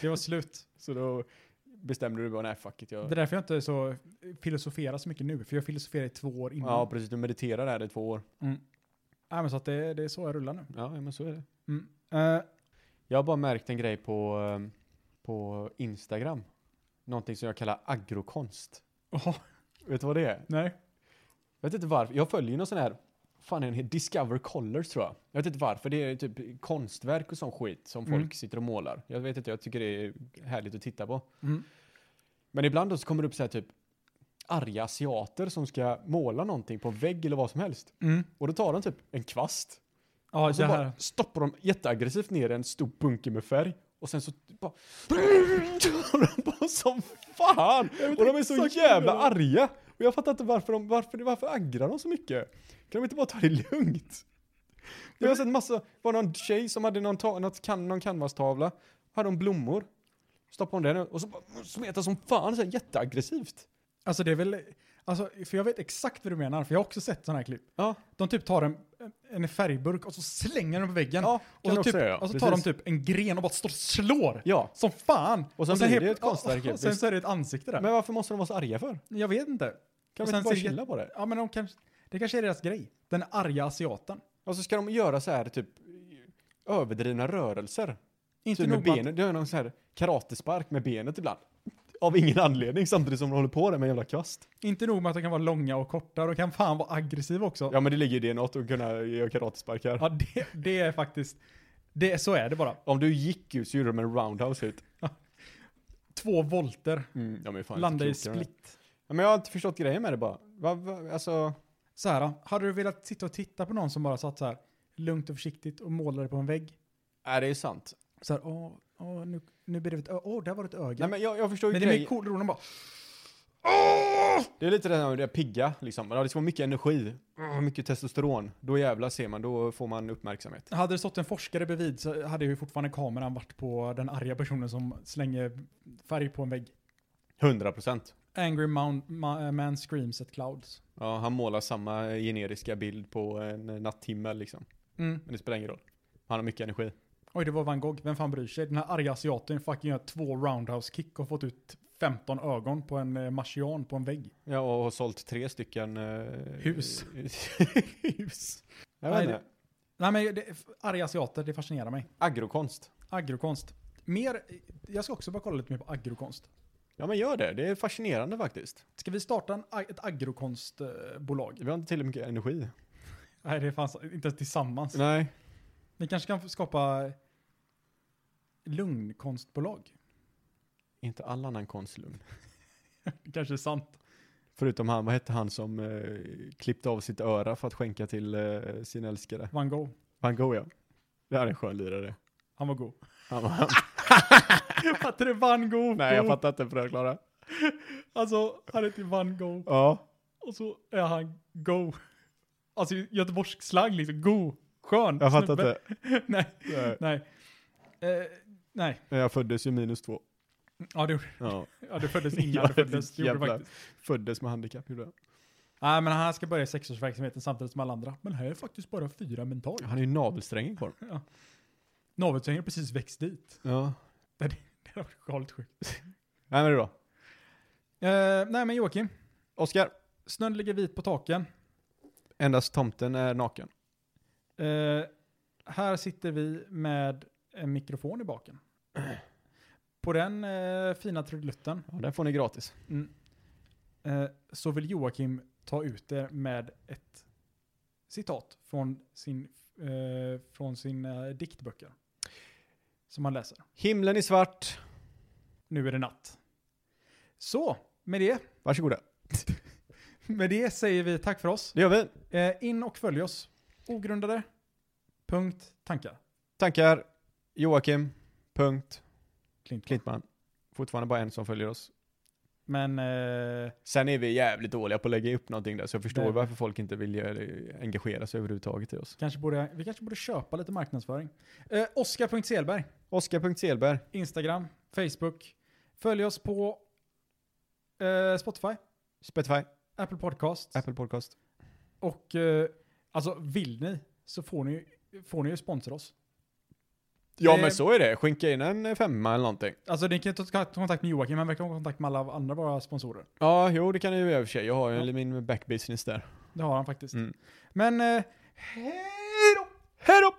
[SPEAKER 1] Det var slut.
[SPEAKER 3] Så då bestämde du bara, nej fuck it, jag
[SPEAKER 1] Det är därför jag inte så filosoferar så mycket nu, för jag filosoferar i två år innan.
[SPEAKER 3] Ja, precis. Du mediterar här i två år.
[SPEAKER 1] Nej, men så att det, det är så jag rullar nu.
[SPEAKER 3] Ja, men så är det.
[SPEAKER 1] Mm. Eh,
[SPEAKER 3] Jag har bara märkt en grej på, eh, på Instagram. Någonting som jag kallar agrokonst.
[SPEAKER 1] jaha,
[SPEAKER 3] Vet du vad det är?
[SPEAKER 1] nej.
[SPEAKER 3] Jag vet inte varför. Jag följer ju någon sån här, fan är den Discover Colors tror jag. Jag vet inte varför. Det är typ konstverk och sån skit som folk
[SPEAKER 1] Mm.
[SPEAKER 3] sitter och målar. Jag vet inte, jag tycker det är härligt att titta på.
[SPEAKER 1] Mm.
[SPEAKER 3] Men ibland då så kommer det upp så här typ arga asiater som ska måla någonting på en vägg eller vad som helst.
[SPEAKER 1] Mm.
[SPEAKER 3] Och då tar de typ en kvast
[SPEAKER 1] Ja,
[SPEAKER 3] Och så
[SPEAKER 1] det här.
[SPEAKER 3] bara stoppar de jätteaggressivt ner en stor bunke med färg. Och sen så bara... de bara som fan! Och de är så
[SPEAKER 1] exakt vad du
[SPEAKER 3] jävla
[SPEAKER 1] menar.
[SPEAKER 3] arga! Och jag fattar inte varför de, varför, varför aggrar de så mycket? Kan de inte bara ta det lugnt? Jag har sett massa, var någon tjej som hade någon, ta, något kan, någon canvastavla, hade hon blommor, stoppade hon den och så bara smetade som fan så här, jätteaggressivt.
[SPEAKER 1] Alltså det är väl, alltså, för jag vet exakt vad du menar, för jag har också sett sådana här klipp.
[SPEAKER 3] Ja,
[SPEAKER 1] De typ tar en, en färgburk och så slänger den på väggen.
[SPEAKER 3] ja
[SPEAKER 1] och, så
[SPEAKER 3] jag
[SPEAKER 1] typ,
[SPEAKER 3] säga,
[SPEAKER 1] och så tar
[SPEAKER 3] Precis.
[SPEAKER 1] de typ en gren och bara står och slår.
[SPEAKER 3] Ja,
[SPEAKER 1] Som fan!
[SPEAKER 3] Och sen blir det
[SPEAKER 1] helt-
[SPEAKER 3] ett konstverk,
[SPEAKER 1] ja, Och sen
[SPEAKER 3] visst.
[SPEAKER 1] så är det ett ansikte där.
[SPEAKER 3] men varför måste de vara så arga för?
[SPEAKER 1] jag vet inte.
[SPEAKER 3] Kan
[SPEAKER 1] Och
[SPEAKER 3] vi
[SPEAKER 1] sen
[SPEAKER 3] inte bara
[SPEAKER 1] så-
[SPEAKER 3] chilla på det?
[SPEAKER 1] Ja men de kanske, det kanske är deras grej. Den arga asiaten.
[SPEAKER 3] Och så ska de göra så här typ överdrivna rörelser.
[SPEAKER 1] Inte
[SPEAKER 3] typ med
[SPEAKER 1] nog med att,
[SPEAKER 3] benet. Det är någon så här karatespark med benet ibland. Av ingen anledning samtidigt som de håller på där med en jävla kvast.
[SPEAKER 1] inte nog med att de kan vara långa och korta, de kan fan vara aggressiva också.
[SPEAKER 3] Ja men det ligger ju i något att kunna göra karatesparkar.
[SPEAKER 1] Ja, det, det är faktiskt... Det, så är det bara.
[SPEAKER 3] Om du gick ut så gjorde de en roundhouse ut.
[SPEAKER 1] Två volter.
[SPEAKER 3] Mm, de är fan
[SPEAKER 1] Landa i
[SPEAKER 3] inte klokare.
[SPEAKER 1] split.
[SPEAKER 3] Ja, men jag har inte förstått grejen med det bara. Va, va, alltså,
[SPEAKER 1] Så här, hade du velat sitta och titta på någon som bara satt så här lugnt och försiktigt och målade på en vägg?
[SPEAKER 3] är det är sant.
[SPEAKER 1] Så här, åh, åh nu, nu blir det ett ö- åh, där var det ett öga.
[SPEAKER 3] Nej
[SPEAKER 1] men,
[SPEAKER 3] men jag, jag förstår ju
[SPEAKER 1] det är
[SPEAKER 3] grejen.
[SPEAKER 1] mycket coolare om de bara,
[SPEAKER 3] Det är lite det här med det pigga liksom. Ja, Det ska vara mycket energi. Mm, Mycket testosteron. Då jävla ser man, då får man uppmärksamhet.
[SPEAKER 1] hade det stått en forskare bredvid så hade ju fortfarande kameran varit på den arga personen som slänger färg på en vägg.
[SPEAKER 3] 100 procent.
[SPEAKER 1] Angry man, ma, man screams at clouds.
[SPEAKER 3] Ja, han målar samma generiska bild på en eh, natthimmel liksom.
[SPEAKER 1] Mm.
[SPEAKER 3] Men det spelar ingen roll. Han har mycket energi.
[SPEAKER 1] Oj, det var van Gogh. Vem fan bryr sig? Den här arga asiaten fucking gör två roundhouse-kick och fått ut 15 ögon på en eh, marsian på en vägg.
[SPEAKER 3] Ja, och har sålt tre stycken... eh,
[SPEAKER 1] Hus.
[SPEAKER 3] hus. Jag
[SPEAKER 1] Nej,
[SPEAKER 3] vet inte.
[SPEAKER 1] Nej men det, arga asiater, det fascinerar mig.
[SPEAKER 3] Agrokonst.
[SPEAKER 1] Agrokonst. Mer, jag ska också bara kolla lite mer på agrokonst.
[SPEAKER 3] Ja men gör det, det är fascinerande faktiskt.
[SPEAKER 1] Ska vi starta en, ag- ett agrokonstbolag?
[SPEAKER 3] Vi har inte tillräckligt mycket energi.
[SPEAKER 1] Nej, det fanns inte ens tillsammans.
[SPEAKER 3] Nej.
[SPEAKER 1] Vi kanske kan skapa lugnkonstbolag.
[SPEAKER 3] Inte all annan konst lugn.
[SPEAKER 1] Kanske är sant.
[SPEAKER 3] Förutom han, vad hette han som eh, klippte av sitt öra för att skänka till eh, sin älskare?
[SPEAKER 1] Van Gogh.
[SPEAKER 3] Van Gogh ja. Det här är en skön lirare.
[SPEAKER 1] Han var god.
[SPEAKER 3] Han var,
[SPEAKER 1] Fattar du Van Gogh?
[SPEAKER 3] nej jag fattar inte för det Klara.
[SPEAKER 1] Alltså, han heter Van Gogh.
[SPEAKER 3] Ja.
[SPEAKER 1] Och så är han go. Alltså göteborgsk slang liksom. Go. Skön.
[SPEAKER 3] Jag fattar
[SPEAKER 1] snubbe.
[SPEAKER 3] inte.
[SPEAKER 1] nej,
[SPEAKER 3] Nej.
[SPEAKER 1] nej. Eh, nej.
[SPEAKER 3] Jag föddes ju minus två.
[SPEAKER 1] Ja, du,
[SPEAKER 3] Ja.
[SPEAKER 1] ja, du föddes innan
[SPEAKER 3] Ja,
[SPEAKER 1] du föddes. Det gjorde du
[SPEAKER 3] jävlar.
[SPEAKER 1] faktiskt.
[SPEAKER 3] Föddes med handikapp gjorde jag.
[SPEAKER 1] Nej, men han ska börja i sexårsverksamheten samtidigt som alla andra. Men här är faktiskt bara fyra mentalt.
[SPEAKER 3] Han är ju navelsträngen kvar.
[SPEAKER 1] Navelsträngen har precis växt dit.
[SPEAKER 3] Ja.
[SPEAKER 1] Det var galet sjukt.
[SPEAKER 3] Nej men det är bra.
[SPEAKER 1] Eh, nej, men Joakim.
[SPEAKER 3] Oskar.
[SPEAKER 1] Snön ligger vit på taken.
[SPEAKER 3] Endast tomten är naken.
[SPEAKER 1] Eh, här sitter vi med en mikrofon i baken. På den eh, fina trudelutten
[SPEAKER 3] Ja, den får ni gratis.
[SPEAKER 1] mm, eh, så vill Joakim ta ut det med ett citat från sin, eh, från sina diktböcker. Som han läser.
[SPEAKER 3] Himlen är svart.
[SPEAKER 1] Nu är det natt. Så, med det,
[SPEAKER 3] Varsågoda.
[SPEAKER 1] med det säger vi tack för oss.
[SPEAKER 3] Det gör vi.
[SPEAKER 1] Eh, in och följ oss. Ogrundade. Punkt. Tankar.
[SPEAKER 3] Tankar. Joakim. Punkt.
[SPEAKER 1] Klint.
[SPEAKER 3] Klintman. Fortfarande bara en som följer oss.
[SPEAKER 1] Men... Eh,
[SPEAKER 3] Sen är vi jävligt dåliga på att lägga upp någonting där, så jag förstår
[SPEAKER 1] Det-
[SPEAKER 3] varför folk inte vill eh, engagera sig överhuvudtaget i oss.
[SPEAKER 1] Kanske borde, vi kanske borde köpa lite marknadsföring. Eh, Oskar.selberg,
[SPEAKER 3] Oskar.selberg.
[SPEAKER 1] Instagram, Facebook. Följ oss på eh, Spotify,
[SPEAKER 3] Spotify.
[SPEAKER 1] Apple Podcasts.
[SPEAKER 3] Apple Podcast.
[SPEAKER 1] Och eh, alltså vill ni så får ni, får ni ju sponsra oss.
[SPEAKER 3] Ja
[SPEAKER 1] Eh,
[SPEAKER 3] men så är det. Skicka in en femma eller någonting.
[SPEAKER 1] Alltså ni kan ju ta kontakt med Joakim, han verkar ha kontakt med alla andra våra sponsorer.
[SPEAKER 3] Ja, jo det kan jag ju i och för sig. Jag har ju
[SPEAKER 1] Ja.
[SPEAKER 3] min backbusiness där.
[SPEAKER 1] Det har han faktiskt.
[SPEAKER 3] Mm.
[SPEAKER 1] Men eh, hej då!
[SPEAKER 3] Hej då!